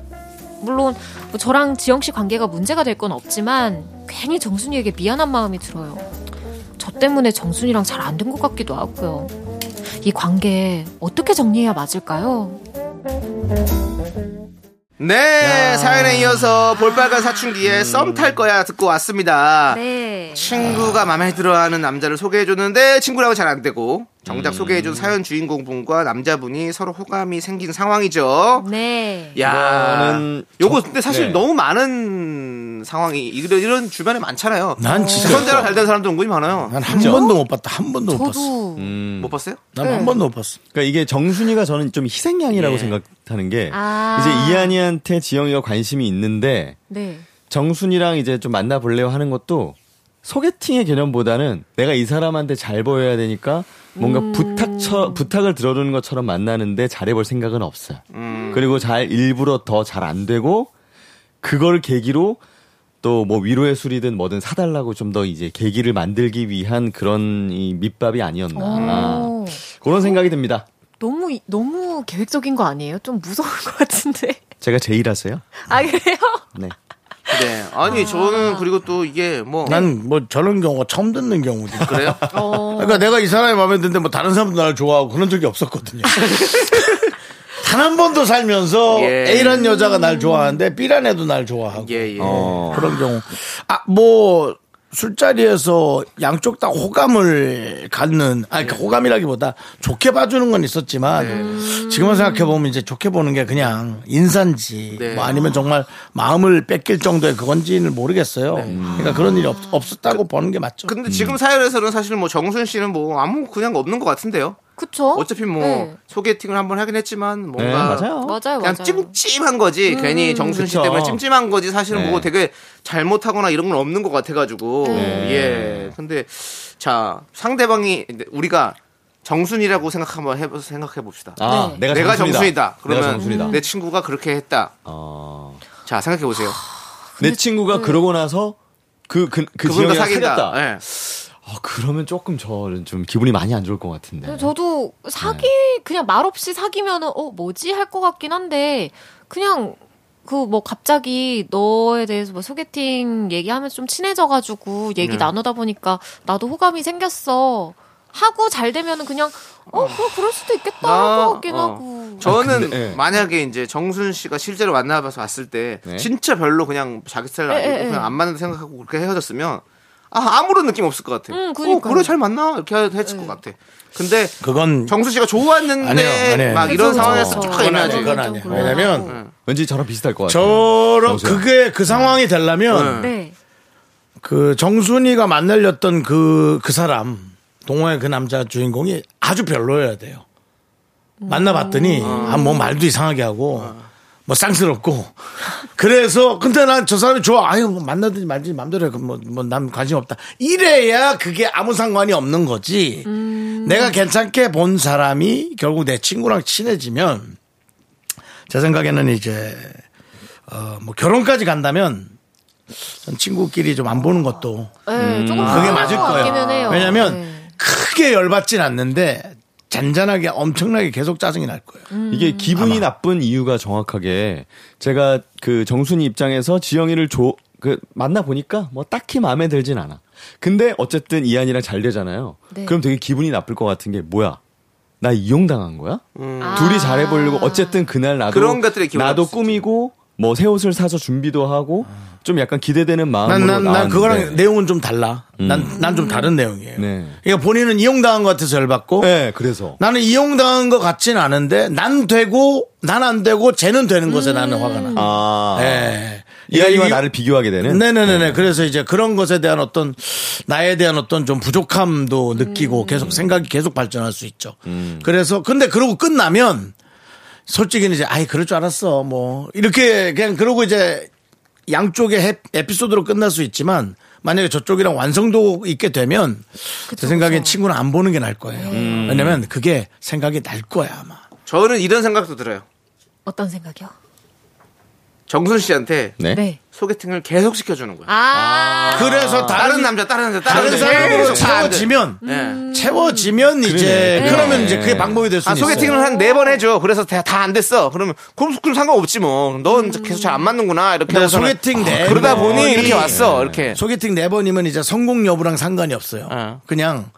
H: 물론 뭐 저랑 지영 씨 관계가 문제가 될 건 없지만 괜히 정순이에게 미안한 마음이 들어요. 저 때문에 정순이랑 잘 안 된 것 같기도 하고요. 이 관계 어떻게 정리해야 맞을까요?
B: 네, 사연에 이어서 볼빨간 사춘기에
G: 음.
B: 썸 탈 거야 듣고 왔습니다.
H: 네.
B: 친구가 마음에 들어하는 남자를 소개해줬는데 친구라고 잘 안 되고
G: 음.
B: 정작 소개해준 사연 주인공분과 남자분이 서로 호감이 생긴 상황이죠.
H: 네.
B: 야,
G: 음. 이거는
B: 요거
G: 저-
B: 근데 사실
G: 네.
B: 너무 많은 상황이 이런, 이런 주변에 많잖아요.
A: 난 진짜
B: 손자랑 잘된 사람도 은근히 많아요.
A: 난 한 번도 못 봤다. 한 번도 못 봤어.
H: 저도
G: 음.
B: 못 봤어요?
A: 난 한
H: 네.
A: 번도 못 봤어.
G: 그러니까 이게 정순이가 저는 좀 희생양이라고
B: 예.
G: 생각하는 게
H: 아.
G: 이제 이한이한테 지영이가 관심이 있는데
H: 네.
G: 정순이랑 이제 좀 만나볼래요 하는 것도 소개팅의 개념보다는 내가 이 사람한테 잘 보여야 되니까 뭔가
H: 음.
G: 부탁처, 부탁을 들어주는 것처럼 만나는데 잘해볼 생각은 없어요.
B: 음.
G: 그리고 잘 일부러 더 잘 안 되고 그걸 계기로 또 뭐 위로의 술이든 뭐든 사달라고 좀 더 이제 계기를 만들기 위한 그런 이 밑밥이 아니었나
H: 오.
G: 그런 생각이 듭니다.
H: 너무 이- 너무 계획적인 거 아니에요? 좀 무서울 것 같은데. *laughs*
G: 제가 제이라서요.
H: 아 그래요?
G: 네.
B: 네. 아니, 저는 그리고 또 이게 뭐.
A: 난 뭐 저런 경우가 처음 듣는 경우도
G: *laughs*
A: 있고.
B: 그래요?
H: 네. 어.
A: 그러니까 내가 이 사람이 마음에 드는데 뭐 다른 사람도 나를 좋아하고 그런 적이
H: *laughs*
A: 없었거든요. 단 한 번도 살면서
B: 예.
A: A란 여자가 날 좋아하는데 B란 애도 날 좋아하고
B: 예, 예.
G: 어.
A: 그런 경우. 아, 뭐 술자리에서 양쪽 다 호감을 갖는 아니 그러니까 호감이라기보다 좋게 봐주는 건 있었지만 지금은 생각해 보면 이제 좋게 보는 게 그냥 인산지
B: 네.
A: 뭐 아니면 정말 마음을 뺏길 정도의 그건지는 모르겠어요. 그러니까 그런 그 일이 없, 없었다고 보는 게 맞죠.
G: 음.
B: 근데 지금 사연에서는 사실 뭐 정순 씨는 뭐 아무 그냥 없는 것 같은데요.
H: 그쵸?
B: 어차피 뭐
H: 네.
B: 소개팅을 한번 하긴 했지만 뭔가
G: 네,
A: 어?
G: 맞아요.
H: 맞아요,
B: 그냥
H: 맞아요. 음.
B: 찜찜한 거지 괜히 정순 씨
G: 그쵸.
B: 때문에 찜찜한 거지 사실은
G: 네.
B: 뭐 되게 잘못하거나 이런 건 없는 것 같아가지고
H: 음.
G: 네.
B: 예 근데 자 상대방이 우리가 정순이라고 생각 한번 해보 생각해 봅시다
G: 아,
H: 네.
G: 내가,
B: 내가 정순이다 그러면 네.
G: 내가 정순이다.
B: 내 친구가 그렇게 했다
G: 어.
B: 자 생각해 보세요
G: 내 친구가 그러고 나서 그, 그, 그
B: 그분과
G: 지영이랑
B: 사귄다
G: 사귀었다.
B: 예.
G: 아, 그러면 조금 저는 좀 기분이 많이 안 좋을 것 같은데.
H: 저도 사기
A: 네.
H: 그냥 말없이 사귀면은 어 뭐지 할 것 같긴 한데 그냥 그 뭐 갑자기 너에 대해서 뭐 소개팅 얘기하면서 좀 친해져가지고 얘기
A: 네.
H: 나누다 보니까 나도 호감이 생겼어 하고 잘 되면은 그냥 어 그거 그럴 수도 있겠다
B: 나-
H: 할것 같긴
B: 어.
A: 아,
H: 하고
B: 저는
G: 근데, 예.
B: 만약에 이제 정순 씨가 실제로 만나봐서 왔을 때
G: 네.
B: 진짜 별로 그냥 자기 스타일
H: 예,
B: 아니고
H: 예,
B: 그냥
H: 예.
B: 안 맞는다 생각하고 그렇게 헤어졌으면 아 아무런 느낌 없을 것 같아.
H: 음,
B: 어,
H: 그러니까요. 예.
B: 그래 잘 만나 이렇게 했을 것 같아. 근데
A: 그건
B: 정순 씨가 좋았는데
A: 아니에요, 아니에요.
B: 막 이런
H: 그죠,
B: 상황에서
H: 그죠.
B: 조금
A: 그건
B: 애매하지.
A: 아니에요. 네. 그건 아니에요. 왜냐면
G: 왠지 저랑 비슷할 것 같아요.
A: 저런
G: 여보세요?
A: 그게 그 상황이 되려면
H: 네
A: 그 정순이가 만날렸던 그, 그 사람, 동호회 그 남자 주인공이 아주 별로여야 돼요. 만나봤더니, 아, 뭐 말도 이상하게 하고, 뭐 쌍스럽고. 그래서, 근데 난 저 사람이 좋아. 아유, 뭐 만나든지 말든지 맘대로 해. 그럼 뭐, 뭐, 난 관심 없다. 이래야 그게 아무 상관이 없는 거지. 내가 괜찮게 본 사람이 결국 내 친구랑 친해지면, 제 생각에는 이제, 어, 뭐 결혼까지 간다면, 전 친구끼리 좀 안 보는 것도
H: 네,
A: 음,
H: 조금
A: 그게
H: 그런
A: 맞을
H: 것 같기는
A: 거예요.
H: 해요.
A: 왜냐하면
H: 네.
A: 크게 열받진 않는데 잔잔하게 엄청나게 계속 짜증이 날 거예요.
G: 이게 기분이 나쁜 이유가 정확하게 제가 그 정순이 입장에서 지영이를 조, 그 만나 보니까 뭐 딱히 마음에 들진 않아. 근데 어쨌든 이한이랑 잘 되잖아요.
H: 네.
G: 그럼 되게 기분이 나쁠 것 같은 게 뭐야? 나 이용당한 거야? 둘이 잘해
A: 아.
G: 보려고 어쨌든 그날 나도
B: 음. 그런 것들의 기분이
G: 나도
B: 나쁠 수도 아.
G: 꾸미고 뭐 새 옷을 사서 준비도 하고 좀 약간 기대되는 마음으로
A: 난, 난, 난
G: 아, 나왔는데 음.
A: 그거랑 내용은 좀 달라. 난, 난 좀 다른 내용이에요.
G: 네.
A: 그러니까 본인은 이용당한 것 같아서 열받고
G: 네, 그래서
A: 나는 이용당한 것 같진 않은데 난 되고 난 안 되고 쟤는 되는 것에 나는 화가 나.
G: 아.
A: 예.
G: 이한이와
A: 이-
G: 나를 비교하게 되는
A: 네네네. 네. 그래서 이제 그런 것에 대한 어떤 나에 대한 어떤 좀 부족함도 느끼고 계속 생각이 계속 발전할 수 있죠. 그래서 근데 그러고 끝나면 솔직히 이제 아이 그럴 줄 알았어 뭐 이렇게 그냥 그러고 이제 양쪽의 해- 에피소드로 끝날 수 있지만 만약에 저쪽이랑 완성도 있게 되면 제 생각엔 친구는 안 보는 게 나을 거예요. 왜냐면 그게 생각이 날 거야 아마.
B: 저는 이런 생각도 들어요.
H: 어떤 생각이요?
B: 정순 씨한테
G: 네.
H: 네.
B: 소개팅을 계속 시켜주는 거야.
H: 아,
A: 그래서
B: 다른
A: 다른
B: 남자, 다른 남자,
A: 다른
B: 남자
A: 사람으로
B: 계속 다 안 돼.
A: 채워지면
B: 예.
A: 채워지면
G: 그러네.
A: 이제 그러면
G: 그러네.
A: 이제 그게 방법이 될 수
B: 아,
A: 있어요.
B: 소개팅을 한 네 번 해줘. 그래서 다 안 됐어. 그러면, 그럼, 그럼 상관없지 뭐. 넌 계속 잘 안 맞는구나. 이렇게.
A: 근데
B: 하고서는
A: 음. 소개팅
B: 아,
A: 네
B: 그러다 보니
A: 번이-
B: 이렇게 왔어. 이렇게.
A: 소개팅 네 번이면 이제 성공 여부랑 상관이 없어요.
B: 어.
A: 그냥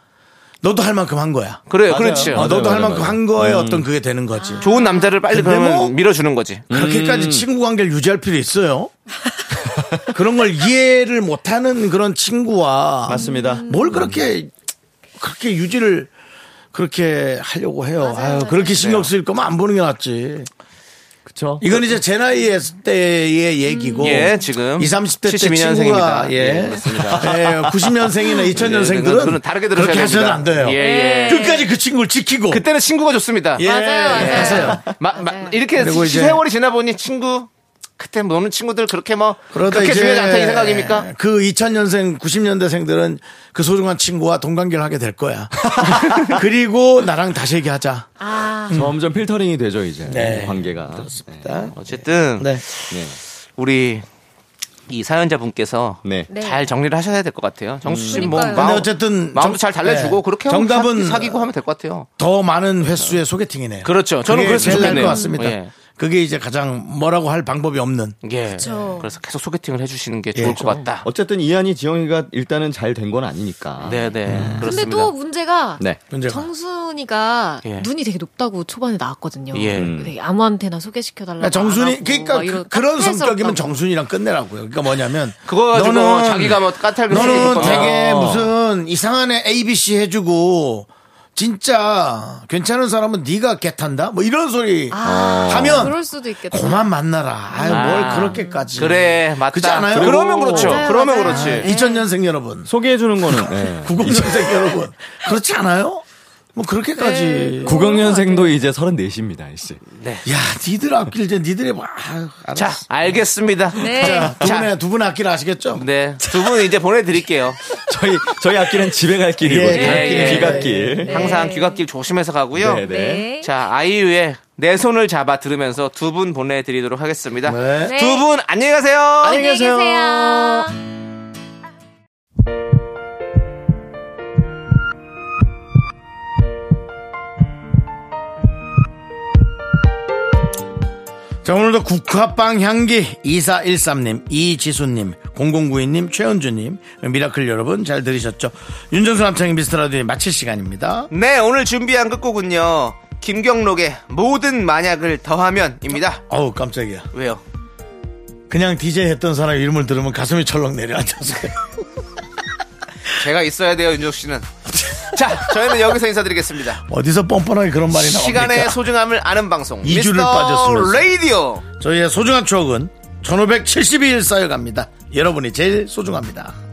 A: 너도 할 만큼 한 거야.
B: 그래, 그렇지.
A: 어, 너도
G: 네, 맞아요,
A: 할
G: 맞아요.
A: 만큼
G: 음. 아.
A: 한 거에 어떤 그게 되는 거지.
B: 좋은 남자를 빨리
A: 근데
B: 그러면
A: 뭐-
B: 밀어주는 거지.
G: 음.
A: 그렇게까지 친구 관계를 유지할 필요 있어요? *laughs* 그런 걸 이해를 못하는 그런 친구와
G: 맞습니다.
A: 뭘 그렇게 그렇게 유지를
G: 네.
A: 그렇게 하려고 해요. 아유, 그렇게 신경 쓰일 거면 안 보는 게 낫지.
G: 그쵸?
A: 이건 이제 제 나이 때의 얘기고
B: 예, 지금
A: 20, 30대 때
B: 72
A: 친구가
B: 년생입니다. 예,
A: 예.
B: 그렇습니다.
A: *laughs* 예, 90년생이나 2000년생들은
B: 네, 그건 다르게 들으셔야
A: 그렇게 하셔도
B: 됩니다.
A: 안 돼요.
B: 예, 예.
A: 끝까지 그 친구를 지키고
B: 그때는 친구가 좋습니다.
A: 예,
H: 맞아요, 맞아요.
A: 하세요.
B: 마- 마-
H: 맞아요.
B: 이렇게
A: 그리고 이제-
B: 세월이 지나 보니 친구 그때 노는 친구들 그렇게 뭐
A: 그러다
B: 그렇게
A: 이제
B: 중요하지 않다 이 생각입니까?
A: 그 2000년생, 90년대생들은 그 소중한 친구와 동관계를 하게 될
B: *laughs*
A: 거야. 그리고 나랑 다시 얘기하자.
H: 아,
B: 음.
G: 점점 필터링이 되죠, 이제.
A: 네.
G: 관계가.
B: 어쨌든
A: 네.
B: 우리 이 사연자분께서
G: 네.
H: 네.
B: 잘 정리를 하셔야 될 것 같아요. 정수 씨뭐
H: 그러니까요.
A: 근데
B: 마음,
A: 어쨌든
B: 마음도
A: 정-
B: 잘 달래주고
A: 네.
B: 그렇게 하면
A: 정답은
B: 사, 사귀고 하면 될 것 같아요.
A: 더 많은 횟수의 소개팅이네요.
B: 그렇죠. 저는
A: 그게
B: 그랬으면
A: 제일 나을
B: 좋겠네요.
A: 것 같습니다.
B: 예.
A: 그게 이제 가장 뭐라고 할 방법이 없는.
B: 예.
H: 그쵸.
B: 그래서 계속 소개팅을 해주시는 게
A: 예,
B: 좋을 것 같다.
G: 어쨌든 이한이 지영이가 일단은 잘 된 건 아니니까.
B: 네네.
A: 음.
H: 근데
B: 그렇습니다.
H: 또 문제가
G: 네.
A: 문제가.
H: 정순이가
B: 예.
H: 눈이 되게 높다고 초반에 나왔거든요.
B: 예.
H: 되게 아무한테나 소개시켜달라.
A: 그러니까
H: 고
A: 정순이
H: 뭐
A: 그러니까 그, 그런 성격이면 정순이랑 끝내라고요. 그러니까 뭐냐면
B: 그거 가지고
A: 너는-
B: 자기가 뭐 까탈
A: 너는 되게
B: 어.
A: 무슨 이상한 애 ABC 해주고 진짜 괜찮은 사람은 네가 개탄다 뭐 이런 소리
H: 아,
A: 하면
H: 그럴 수도 있겠다.
A: 그만 만나라. 아유 뭘
B: 아.
A: 그렇게까지.
B: 그래 맞다.
A: 그렇지 않아요? 예.
B: 그러면 그렇죠.
H: 맞아요, 네.
B: 그러면
H: 맞아요.
B: 그렇지.
A: 2000년생 여러분,
G: 소개해주는 거는. 네.
B: *laughs*
A: 90년생 여러분 그렇지 않아요? 뭐
H: 네.
A: 그렇게까지.
G: 90년생도 이제 34입니다, 이제.
A: 야 니들 아낄 때 니들이 뭐 아유,
B: 자
A: 알았어.
B: 알겠습니다.
H: 네.
A: 두
B: 자.
A: 분의 두분 아끼라 아시겠죠?
B: 네. 두 분 이제 보내드릴게요.
G: 저희, 저희 앞길은 집에 갈 길이거든요.
B: 예, 예,
G: 귀갓길.
A: 네.
B: 항상 귀갓길 조심해서 가고요.
G: 네, 네.
H: 네.
B: 자 아이유의 내 손을 잡아 들으면서 두 분 보내드리도록 하겠습니다.
A: 네.
H: 네.
B: 두 분 안녕히 가세요.
H: 안녕히 계세요.
A: 자, 오늘도 국화빵 향기 2413님, 이지수님, 0092님, 최은주님, 미라클 여러분 잘 들으셨죠? 윤정수 남창의 미스터라디오 마칠 시간입니다.
B: 네 오늘 준비한 끝곡은요 김경록의 모든 만약을 더하면입니다.
A: 어우, 깜짝이야.
B: 왜요?
A: 그냥 DJ 했던 사람 이름을 들으면 가슴이 철렁 내려앉았어요. *laughs*
B: 제가 있어야 돼요 윤종 씨는. 자 저희는 여기서 인사드리겠습니다.
A: 어디서 뻔뻔하게 그런 말이 나옵니까?
B: 시간의 소중함을 아는 방송
A: 이주를
B: 미스터
A: 빠졌으면서.
B: 라디오.
A: 저희의 소중한 추억은 1572일 쌓여갑니다. 여러분이 제일 소중합니다.